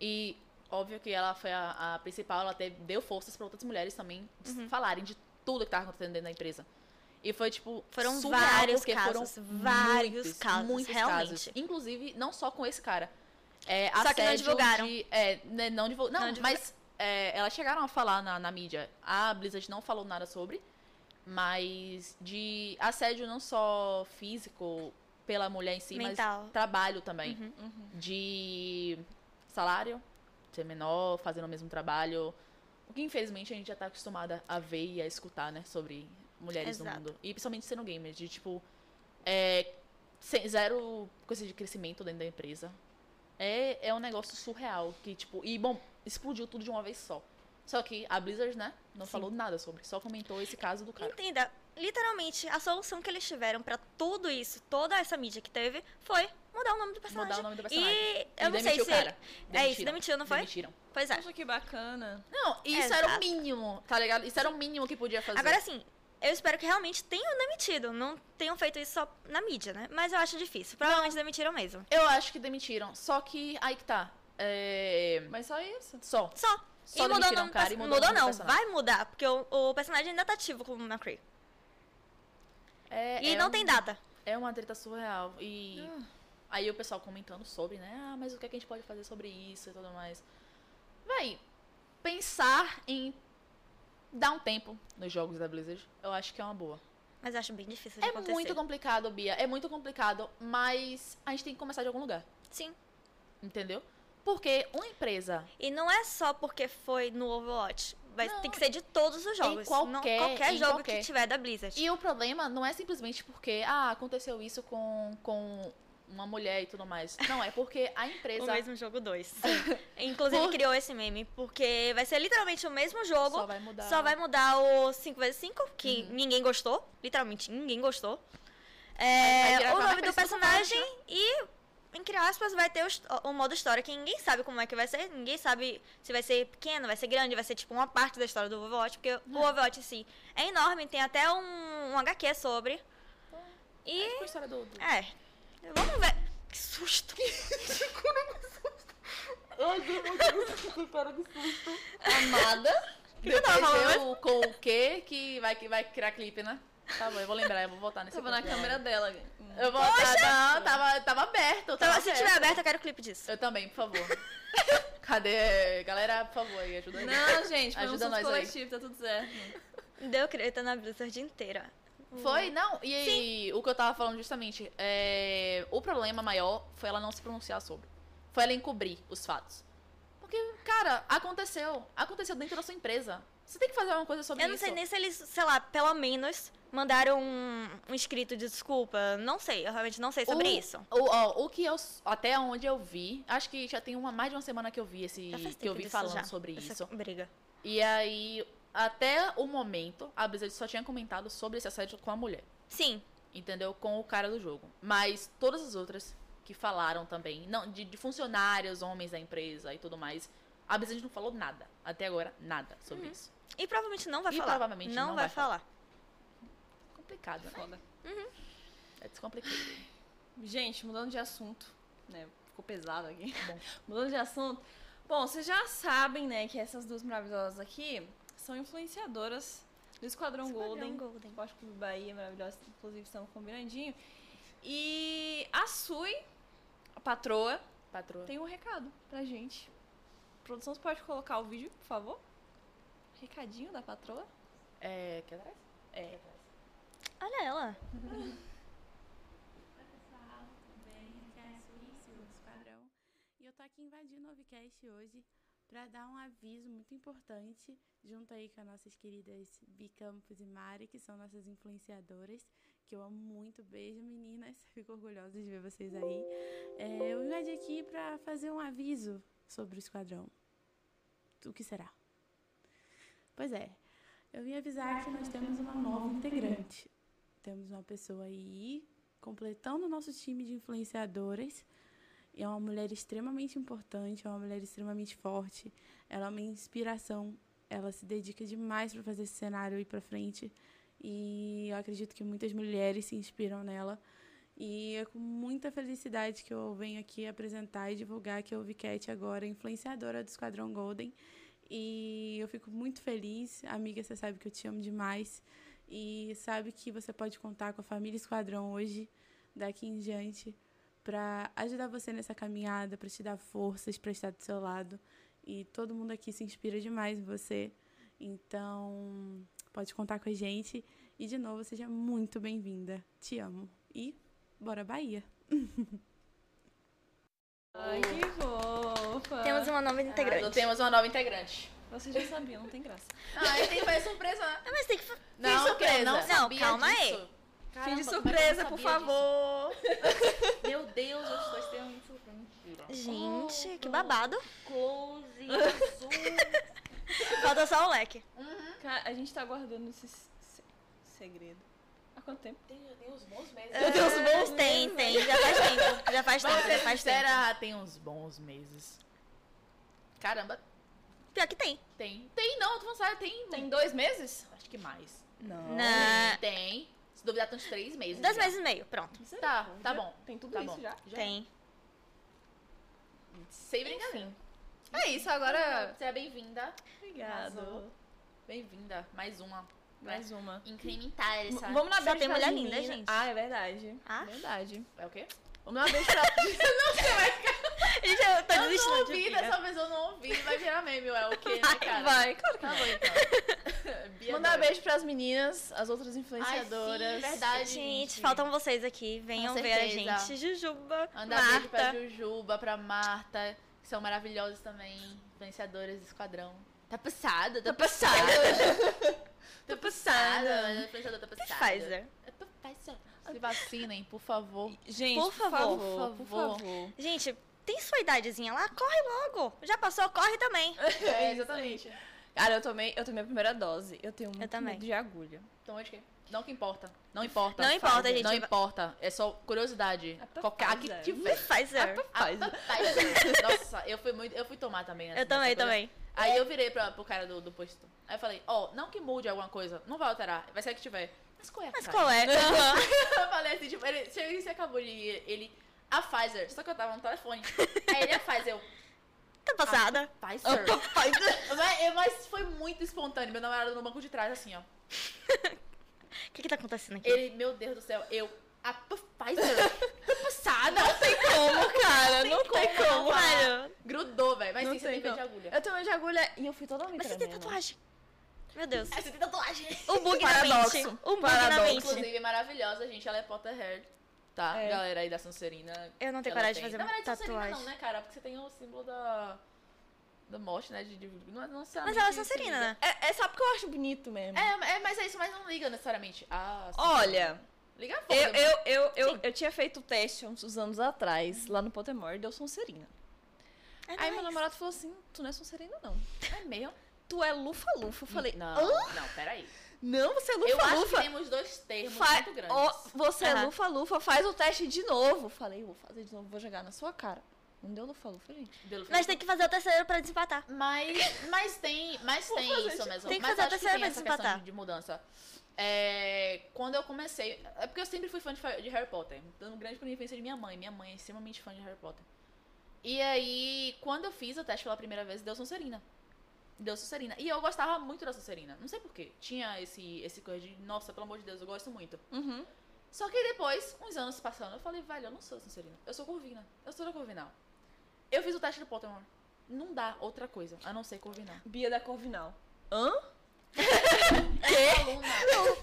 E óbvio que ela foi a, a principal, ela teve- deu forças para outras mulheres também de Uhum. falarem de tudo que tava acontecendo dentro da empresa. E foi, tipo, Foram surreal, vários porque casos, foram vários muitos, casos, muitos realmente. casos. Inclusive, não só com esse cara. É, Só que não assédio divulgaram. de- é, né, não divulgaram. Não, Não divulga- mas é, elas chegaram a falar na, na mídia. A Blizzard não falou nada sobre, mas de assédio não só físico pela mulher em si, Mental. Uhum. mas trabalho também. De salário ser menor, fazendo o mesmo trabalho. O que infelizmente a gente já tá acostumada a ver e a escutar, né, sobre mulheres no Exato. mundo. E principalmente sendo gamer, de tipo. É, sem- zero coisa de crescimento dentro da empresa. É, é um negócio surreal. Que, tipo, e bom, explodiu tudo de uma vez só. Só que a Blizzard, né, não falou nada sobre, só comentou esse caso do cara. Entenda, literalmente, a solução que eles tiveram pra tudo isso, toda essa mídia que teve, foi mudar o nome do personagem. Mudar o nome do personagem. E E eu não sei demitiu se. o cara. É isso, demitiu, não foi? Demitiram. Pois é. Poxa, Tá. que bacana. Não, isso era o Exato. mínimo, tá ligado? Isso era o mínimo que podia fazer. Agora sim, eu espero que realmente tenham demitido, não tenham feito isso só na mídia, né? Mas eu acho difícil. Provavelmente demitiram mesmo. Eu acho que demitiram. Só que aí que tá. É... Mas só isso. Só. Só. Só e mudou o demitiram nome o cara do e perso- mudou o nome do não, personagem. vai mudar, porque o, o personagem ainda tá ativo como McCree. É, E é não um- tem Ah. data. É uma treta surreal. E aí o pessoal comentando sobre, né? Ah, mas o que, é que a gente pode fazer sobre isso e tudo mais. Vai, pensar em dar um tempo nos jogos da Blizzard, eu acho que é uma boa. Mas eu acho bem difícil de É acontecer. muito complicado, Bia. É muito complicado, mas a gente tem que começar de algum lugar, Sim. entendeu? Porque uma empresa E não é só porque foi no Overwatch. Vai Não. tem que ser de todos os jogos. não, qualquer- qualquer em jogo qualquer. que tiver da Blizzard. E o problema não é simplesmente porque, ah, aconteceu isso com, com uma mulher e tudo mais. Não, é porque a empresa O mesmo jogo 2. Inclusive Por- criou esse meme, porque vai ser literalmente o mesmo jogo, só só vai vai mudar. Tipo mudar, o 5x5, que ninguém gostou. Literalmente ninguém gostou. É, Vai virar o agora nome do né? parecido com o personagem e, entre aspas, vai ter o, hist- o modo história, que ninguém sabe como é que vai ser. Ninguém sabe se vai ser pequeno, vai ser grande, vai ser tipo uma parte da história do Overwatch, porque o Overwatch em si é enorme, tem até um, um HQ sobre. E Tipo a história do- do- Então, é. Vamos ver. Que susto! Amada. que eu tava Depois falando eu com o quê que vai, que vai criar clipe, né? Tá bom, eu vou lembrar, eu vou voltar nesse Tava na clipe. câmera dela. Eu vou voltar. Não, tava, tava aberto. Então, Tava se aberto. tiver aberto, eu quero o clipe disso. Eu também, por favor. Cadê? Galera, por favor, aí, ajuda aí. Não, gente, foi Ajuda um nós surto aí. coletivo, tá tudo certo. Deu creta na Blizzard inteira. Uhum. Foi? Não. E aí, o que eu tava falando justamente, é, o problema maior foi ela não se pronunciar sobre. Foi ela encobrir os fatos. Porque, cara, Cara, aconteceu. Aconteceu dentro da sua empresa. Você tem que fazer alguma coisa sobre Eu não isso. sei nem se eles, sei lá, pelo menos mandaram um, um escrito de desculpa. Não sei, eu realmente não sei é sobre o, isso. O, ó, o que eu. Até onde eu vi. Acho que já tem uma, mais de uma semana que eu vi esse. Já faz Que tempo eu vi disso falando já, sobre essa isso. Briga. E aí, até o momento, a Blizzard só tinha comentado sobre esse assédio com a mulher. Sim, Entendeu? Com o cara do jogo. Mas todas as outras que falaram também, não, de, de funcionários, homens da empresa e tudo mais, a Blizzard não falou nada. Até agora, nada sobre isso. e provavelmente não vai E falar. provavelmente não vai, vai falar. Complicado, né? Foda. É descomplicado. Gente, mudando de assunto, né? Ficou pesado aqui. Bom. mudando de assunto. Bom, vocês já sabem, né, que essas duas maravilhosas aqui são influenciadoras do Esquadrão, Golden. Golden. Esporte Clube Bahia, é maravilhosa, inclusive estão combinandinho. E a Sui, a patroa, Patroa. tem um recado pra gente. Produção, você pode colocar o vídeo, por favor? Recadinho da patroa. É. Quer Ah, atrás? É. Olha ela. Oi, pessoal, tudo bem? Aqui é a Suíça, do Esquadrão. E eu tô aqui invadindo o Ovcast hoje para dar um aviso muito importante, junto aí com as nossas queridas Bicampos e Mari, que são nossas influenciadoras, que eu amo muito. Beijo, meninas. Fico orgulhosa de ver vocês aí. É, eu invadi aqui para fazer um aviso sobre o Esquadrão. O que será? Pois é, eu vim avisar que nós temos uma nova integrante. Temos uma pessoa aí completando o nosso time de influenciadoras. E é uma mulher extremamente importante, é uma mulher extremamente forte. Ela é uma inspiração. Ela se dedica demais para fazer esse cenário ir para frente. E eu acredito que muitas mulheres se inspiram nela. E é com muita felicidade que eu venho aqui apresentar e divulgar que eu vi Cat agora, é influenciadora do Esquadrão Golden. E eu fico muito feliz. Amiga, você sabe que eu te amo demais. E sabe que você pode contar com a família Esquadrão hoje, daqui em diante, para ajudar você nessa caminhada, para te dar forças, para estar do seu lado. E todo mundo aqui se inspira demais em você. Então, pode contar com a gente. E de novo, seja muito bem-vinda. Te amo. E bora Bahia! Ai, que fofa. Temos uma nova integrante. Ah, temos uma nova integrante. Vocês já sabiam, não tem graça. Ah, tem mais surpresa. Ah, mas tem que. fa- Não, surpresa. Eu não Não, sabia calma aí. disso. Fim de Caramba, como é que eu não surpresa, por sabia disso? favor. Meu Deus, os dois têm um surpresa. Gente, que babado. Close, azul. Falta só o leque. Cara, a gente tá guardando esse se- segredo. Há quanto tempo? Tem, tem uns bons meses. Eu tenho os bons. Ah, Tem, tem. Já faz tempo. Já faz Vamos tempo, ser já faz tempo. sincera, tem uns bons meses. Caramba, Pior que tem. tem. Tem não, tu não sabe, tem. Tem dois meses? Acho que mais. Ah, Não. Ah, Na... Tem. Se duvidar, tem uns três meses. né? Dois já. meses e meio, pronto. Tá, tá Já- bom. Tem tudo Tá isso bom. já? Tem. Sem brincadeira. É isso, agora. Seja bem-vinda. Obrigado. Arrasou. Bem-vinda. Mais uma. Mais uma. Incrementar V- essa. Vamos na Só beijo tem pra mulher linda, menina. gente. Ah, é verdade. Ah. Verdade. É o quê? Vamos dar um beijo pra. Gente, eu tô Eu não desistindo de ouvi, vida. dessa vez eu não ouvi. Vai virar meme, é o quê, né, cara? Vai, claro que Tá bom, então. Bia Mandar doida. um beijo pras meninas, as outras influenciadoras. Ai, sim, verdade, Gente, gente. faltam vocês aqui. Venham ver a certeza. gente. Jujuba, Mandar beijo pra Marta. Jujuba, pra Marta, que são maravilhosas também, influenciadoras do esquadrão. Tá passada, tá passada. tá passada, mas a influenciadora tá passada. Pfizer. Tá passada. Se vacinem, por favor. Gente, Por favor, por por favor. favor. Gente, tem sua idadezinha lá? Corre logo. Já passou, corre também. É, exatamente. Cara, eu tomei, eu tomei a primeira dose. Eu tenho muito também. medo de agulha. Então, onde que Não que importa. Não importa. Não importa, Pfizer. gente. Não importa. É só curiosidade. É pra Qualquer. a que Pfizer. tiver. Pfizer. Pfizer. Pfizer. Nossa, eu fui muito. Eu fui tomar também. nessa- Eu também, nessa coisa. também. Aí eu virei pra, pro cara do, do posto. Aí eu falei, ó, não que mude alguma coisa, não vai alterar, vai ser a que tiver. Mas qual é, Mas cara? qual é? Aham. Eu falei assim, tipo, ele, se ele se acabou de ir, ele, a Pfizer, só que eu tava no telefone. Aí ele, a Pfizer, eu, Tá passada? Pfizer. Opa, Pfizer. mas, eu- mas foi muito espontâneo, meu namorado no banco de trás, assim, ó. O que que tá acontecendo aqui? Ele, meu Deus do céu, eu, a P- Pfizer, tá passada. Como, cara? Não tem como. Velho. Grudou, velho, mas Não sim, você sei tem pé de como. agulha. Eu tenho medo de agulha e eu fui totalmente. Mas você tem tremendo. tatuagem. Meu Deus. Aí você tem tatuagem. O bug na Paradoxo. mente. O bug na Paradoxo. mente. Inclusive, maravilhosa, gente, ela é Potterhead. Tá, É. galera aí da Sonserina, Eu não tenho Ela coragem de fazer tem. Na verdade, Sonserina tatuagem. não, né, cara? Porque você tem o símbolo da. da morte, né? De, de, não, não Mas ela é Sonserina, né? É, é só porque eu acho bonito mesmo. É, é, mas é isso, mas não liga necessariamente. Ah, sim. Olha, Liga a eu, foda. eu, eu, eu, eu tinha feito o teste há uns anos atrás, lá no Pottermore, deu Sonserina. É Aí nóis. meu namorado falou assim, tu não é Sonserina não. É meio. Tu é Lufa-Lufa. Eu falei, Não, "Hã? não, peraí. não, você é Eu acho que Lufa-Lufa. temos dois termos Fa- muito grandes. ó, você é Aham. Lufa-Lufa, faz o teste de novo. Falei, vou fazer de novo, vou jogar na sua cara. Não deu Lufa-Lufa, gente. Pelo Mas tem que fazer o terceiro pra desempatar. Mas, mas tem, mas tem isso mesmo. Tem que mas fazer acho que terceira tem vez essa pra questão empatar. de, de mudança. É, quando eu comecei. É porque eu sempre fui fã de, fa- de Harry Potter. Dando grande por influência de minha mãe. Minha mãe é extremamente fã de Harry Potter. E aí, quando eu fiz o teste pela primeira vez, deu Sonserina. Deu Sonserina. E eu gostava muito da Sonserina. Não sei porquê. Tinha esse, esse coisa de, nossa, pelo amor de Deus, eu gosto muito. Só que depois, uns anos passando, eu falei, velho, eu não sou Sonserina. Eu sou Corvina. Eu sou da Corvinal. Eu fiz o teste do Pottermore. Não dá outra coisa, a não ser Corvinal. Bia da Corvinal. Hã? aluna.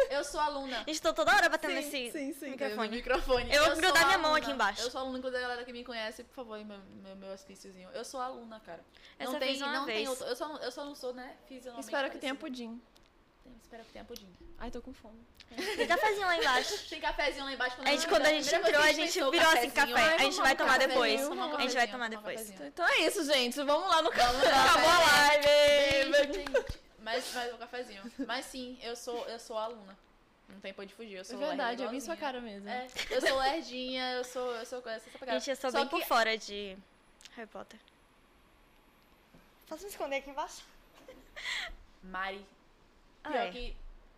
Eu sou aluna. Gente, tô toda hora batendo nesse sim. No microfone. microfone. Eu vou sou grudar minha mão aluna. aqui embaixo. Eu sou aluna, inclusive a galera que me conhece, por favor, meu, meu, meu auspíciozinho. Eu sou aluna, cara. Eu só não tem, fiz uma não tem vez. outro. Eu só, não- eu só não sou, né, fisionomia. Espero que tenha pudim. Espero que tenha pudim. Ai, tô com fome. Tem cafezinho um lá embaixo. Tem cafezinho lá embaixo. A gente, quando a gente entrou, a gente virou assim, café. A gente vai tomar depois. vamos tomar um A gente vai tomar depois. Então é isso, gente. Vamos lá no canal. Acabou Acabou a a live. Mas, mas um cafezinho. Mas sim, eu sou, eu sou aluna. Não tem pra onde fugir. Eu sou É Verdade, lerda eu vi sua igualzinha. cara mesmo. É, eu sou lerdinha, eu sou, eu sou essa pegada. Gente, eu sou Só bem que por fora de Harry Potter. Posso me esconder aqui embaixo? Mari, Ah, pior é. que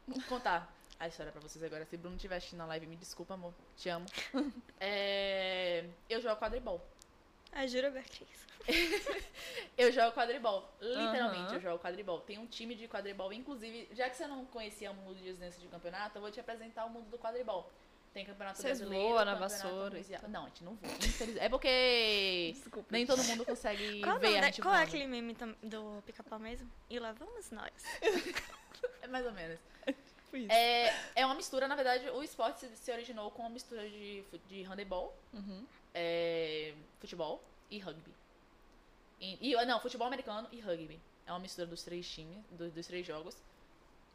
vou contar a história pra vocês agora. Se Bruno estiver assistindo a live, me desculpa, amor. Te amo. É, eu jogo quadribol. Ah, juro, Beatriz. Eu jogo quadribol. Literalmente, Aham. eu jogo quadribol. Tem um time de quadribol. Inclusive, já que você não conhecia o mundo de residência de campeonato, eu vou te apresentar o mundo do quadribol. Tem campeonato Vocês brasileiro. voam na campeonato vassoura e mundial. Não, a gente não voa. infelizmente. É porque Desculpa. nem todo mundo consegue Qual, o ver nome a da- gente qual é voando. aquele meme tam- do pica-pau mesmo? E lá vamos nós. É mais ou menos. Foi isso. É, é uma mistura, na verdade, o esporte se, se originou com uma mistura de, fu- de handebol, Uhum. é, futebol e rugby. E, e- não, futebol americano e rugby. É uma mistura dos três times, do- dos três jogos.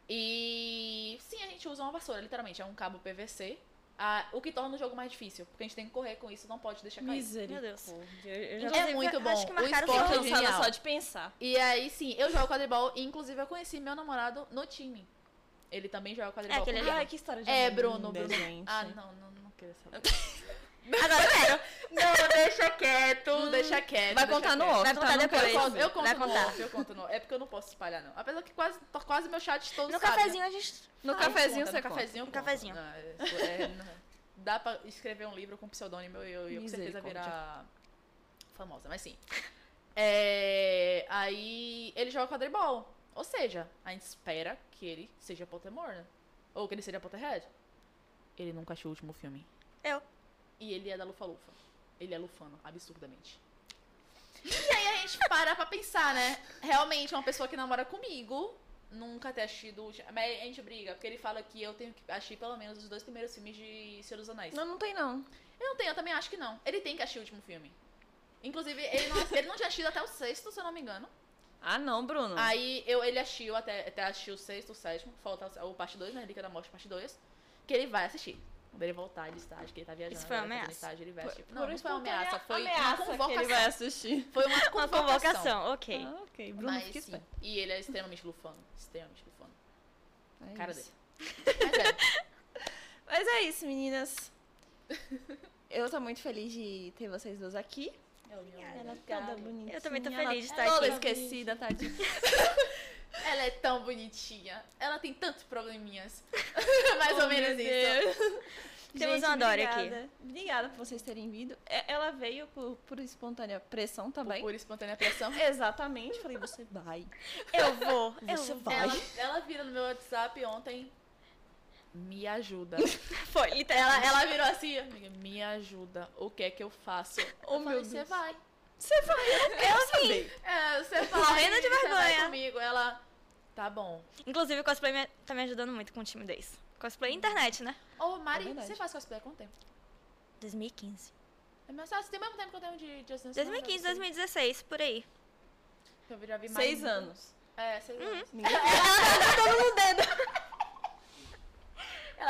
E sim, a gente usa uma vassoura, literalmente, é um cabo PVC. ah, o que torna o jogo mais difícil, porque a gente tem que correr com isso, não pode deixar cair. Meu Deus. Eu já É tô Inclusive, muito eu bom. acho que O marcaram esporte só- é genial. cansada só de pensar. E aí, sim, eu jogo quadribol e inclusive eu conheci meu namorado no time. Ele também joga quadribol. É, aquele comigo. Ai, que história de É, amor Bruno, linda, Bruno. gente. Ah, não, não, não quero saber. Agora quero. Não, deixa quieto, deixa quieto. Vai deixa contar no quieto. off. Vai tá? contar Não depois. quero Eu saber. conto, eu conto Vai no contar. off, eu conto no É porque eu não posso espalhar, não. Apesar que quase, tô- quase meu chat todo No sabe. cafezinho a gente. No Ah, cafezinho conta, você no conta. cafezinho. eu No conto. cafezinho. Não, é- é, não. dá pra escrever um livro com pseudônimo e eu, eu com certeza Misericórdia. virar famosa, mas sim. É, aí ele joga quadribol. Ou seja, a gente espera que ele seja Pottermore, né? Ou que ele seja Potterhead. Ele nunca achou o último filme. Eu. E ele é da Lufa-Lufa. Ele é lufano, absurdamente. E aí a gente para pra pensar, né? Realmente, uma pessoa que namora comigo nunca ter assistido. o ulti- Mas a gente briga, porque ele fala que eu tenho que assistir pelo menos os dois primeiros filmes de Senhor dos Anéis. Não, não tem não. Eu não tenho, eu também acho que não. Ele tem que assistir o último filme. Inclusive, ele não, ele não tinha assistido até o sexto, se eu não me engano. Ah, não, Bruno. Aí eu, ele assistiu até, até assistiu o sexto, o sétimo, falta o, o parte 2, né? Relíquia da Morte, parte 2. Que ele vai assistir. Quando ele voltar de estágio, que ele tá viajando. Isso foi uma agora fazendo ameaça? Estágio, ele vai Por- assistir. por Não, não foi uma espontânea ameaça, foi ameaça uma Que ele vai convocação. assistir. Foi uma Uma convocação. convocação, ok. Ah, ok. Bruno, Mas fica sim, esperto. e ele é extremamente lufano. Extremamente lufano. É Cara isso. dele. Mas é, Mas é isso, meninas. Eu tô muito feliz de ter vocês duas aqui. Eu me amo. Ela é toda Obrigada. bonitinha. Eu também tô ela feliz de tá estar aqui. Toda esquecida, tá tadinha. Ela é tão bonitinha. Ela tem tantos probleminhas. Mais ou Oh, menos meu isso. Deus. Temos uma Dori aqui. obrigada. Obrigada por vocês terem vindo. É- Ela veio por, por espontânea pressão Tá também. Por espontânea pressão. Exatamente. Falei, você vai. Eu vou. Você Eu vou. vai. Ela, ela vira no meu WhatsApp ontem. Me ajuda. Foi, literal. Ela, ela virou assim, amiga, me ajuda. O que é que eu faço? Oh, eu falei, meu você Deus. vai. Eu vim. É, você vai. Morrendo de você vai vergonha. comigo. Ela, tá bom. Inclusive, o cosplay me- tá me ajudando muito com timidez. Cosplay e internet, né? Ô, É Mari, verdade. você faz cosplay há quanto tempo? 2015. É meu, você tem o mesmo tempo que eu tenho de Justin 2015, 2016, por aí. Que eu já vi mais. Seis anos. É, seis anos. Ela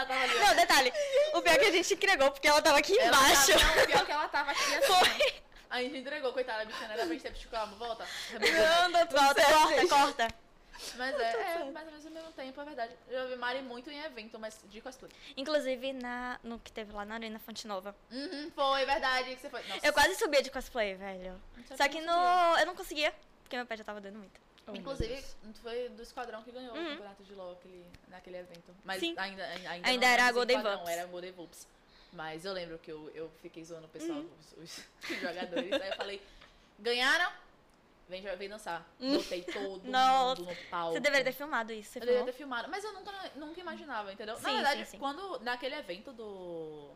tava ali. Não, detalhe. O pior é que a gente entregou, porque ela tava aqui embaixo. Ela tava, não, pior que ela tava aqui assim. Foi. A gente entregou, coitada, a né? bichana era pra gente ter psicolama. Volta. Anda, volta, corta, corta. Mas é, é mais ou menos ao mesmo tempo, é verdade. Eu já vi Mari muito em evento, mas de cosplay. Inclusive, na, no que teve lá na Arena Fonte Nova. Uhum, foi, verdade, que você foi. Nossa. Eu quase subia de cosplay, velho. Só Só que que não no. Eu não conseguia, porque Oh, meu pé já tava dando muito. Inclusive, foi do esquadrão que ganhou o campeonato de LOL aquele- naquele evento. Mas Sim. ainda, ainda, ainda, Ainda não era a esse Golden esquadrão, Vulpes. Era a Golden Vulpes. Mas eu lembro que eu, eu fiquei zoando o pessoal, Uhum. os, os jogadores. aí eu falei, ganharam? Vem, jo- vem dançar. Botei todo Uhum. Nossa. mundo no palco. Você deveria ter filmado isso. Você Ah, Eu deveria filmou? ter filmado, mas eu nunca, nunca imaginava, entendeu? Na Sim, verdade, sim, sim. quando naquele evento do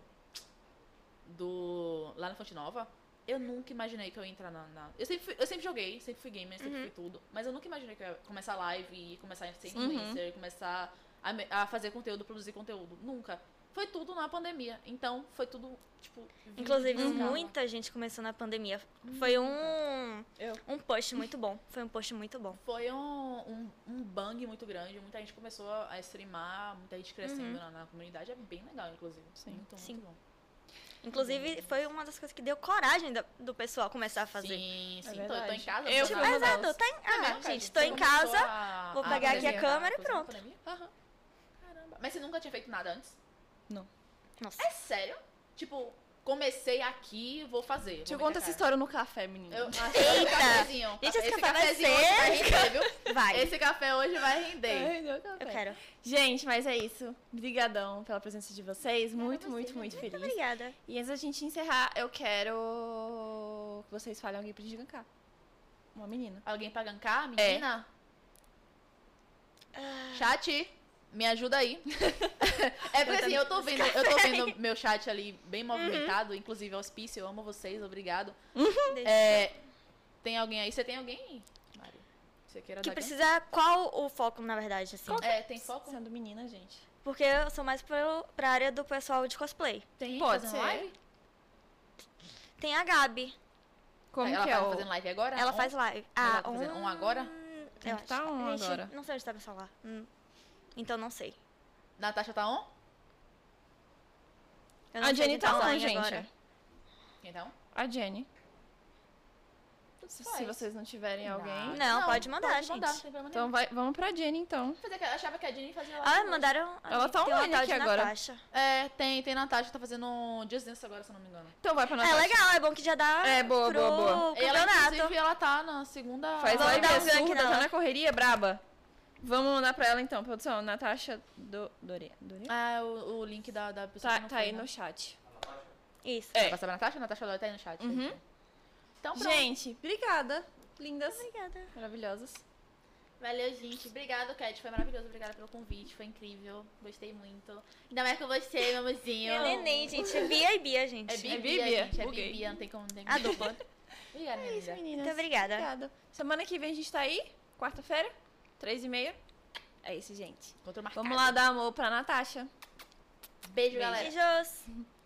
do lá na Fonte Nova, eu nunca imaginei que eu ia entrar na, na- eu sempre fui- eu sempre joguei, sempre fui gamer, sempre fui Uhum. tudo, mas eu nunca imaginei que eu ia começar live, começar a ser influencer, começar a, me- a fazer conteúdo, produzir conteúdo, nunca. Foi tudo na pandemia, então foi tudo tipo vindo Inclusive, de escala. muita gente começou na pandemia. Foi um. Um post muito bom. Foi um post muito bom. Foi um, um, um bang muito grande, muita gente começou a streamar, muita gente crescendo na, na comunidade, é bem legal, inclusive. Sim. Muito, Uhum. Sim. muito bom. Uhum. Inclusive, foi uma das coisas que deu coragem da- do pessoal começar a fazer. Sim, sim, É tô, tô em verdade. casa. Eu tô fui na- uma na Exato, delas. tá em. Ah, minha casa. gente, tô em Você começou casa. a- vou pegar aqui a aprender câmera e coisa na pronto. pandemia? Aham. Caramba. Mas você nunca tinha feito nada antes? Nossa. É sério? Tipo, comecei aqui, vou fazer. vou Te meter conta essa a cara. história no café, menina. Eu, Eita! Esse cafezinho, Gente, esse café vai cafezinho hoje vai render, viu? Vai. Esse café hoje vai render. Ai, deu café. Eu quero. Gente, mas é isso. Obrigadão pela presença de vocês. Muito, muito, muito feliz. Obrigada. E antes da gente encerrar, eu quero que vocês falem alguém pra gente gankar. Uma menina. Alguém pra gankar, menina? Ah. Chat, me ajuda aí. é porque assim, eu tô vendo, eu tô vendo meu chat ali Uhum. bem movimentado, inclusive auspício, eu amo vocês, obrigado. Deixa- É, tem alguém aí? Você tem alguém, Mário? Você queira Que dar precisa. Qual o foco, na verdade, assim? gank? É, tem foco? Sendo menina, gente. Porque eu sou mais pro, pra área do pessoal de cosplay. Tem gente Pode fazendo ser. live? Tem a Gabi. Como ela que tá é o... fazendo live agora? Ela On- faz live. Ela Ah, tá fazendo on- um on agora? Eu que tá acho. on Gente, agora. Não sei onde tá meu celular. Hum. Então não sei. Natasha tá on? Eu não A sei Jenny de tá on, online gente. agora. Então? A Jenny. Se, faz. se vocês não tiverem alguém. É Não, pode mandar, pode mandar, não gente. tem problema Então vai, vamos pra Jenny, então. nenhum. Eu achava que a Jenny fazia live. Ah, hoje. mandaram. Tá Ela tá tem uma online tal aqui de agora. Natasha. É, tem, tem Natasha, tá fazendo um Just Dance agora, se eu não me engano. Então vai pra É Natasha. legal, é bom que já dá. É, boa, pro boa, boa. Ela, campeonato. inclusive, ela tá na segunda... Faz Vamos live dar um absurda, gank nela. tá na correria, braba. Vamos mandar pra ela, então, produção. Natasha do... Doria. Doria? Ah, o, o link da, da pessoa que Tá, não tá foi, aí né? no chat. Isso. É. Vai passar pra Natasha? Natasha Dória tá aí no chat. certinho. Então, pronto. Gente, obrigada. Lindas. Obrigada. Maravilhosas. Valeu, gente. Obrigado, Cat. Foi maravilhoso. Obrigada pelo convite. Foi incrível. Gostei muito. Ainda mais com você, meu amorzinho. Meu É neném, gente. Bia e Bia, gente. É Bibia, Bíblia? gente. É Buguei. Bibia. Não tem como... não Tem A como. dupla. Obrigada, minha amiga. meninas. Muito É. obrigada. Obrigada. Semana que vem a gente tá aí, quarta-feira, três e meia. É isso, gente. Encontro marcado. Vamos lá dar amor pra Natasha. Beijo, galera. Beijos.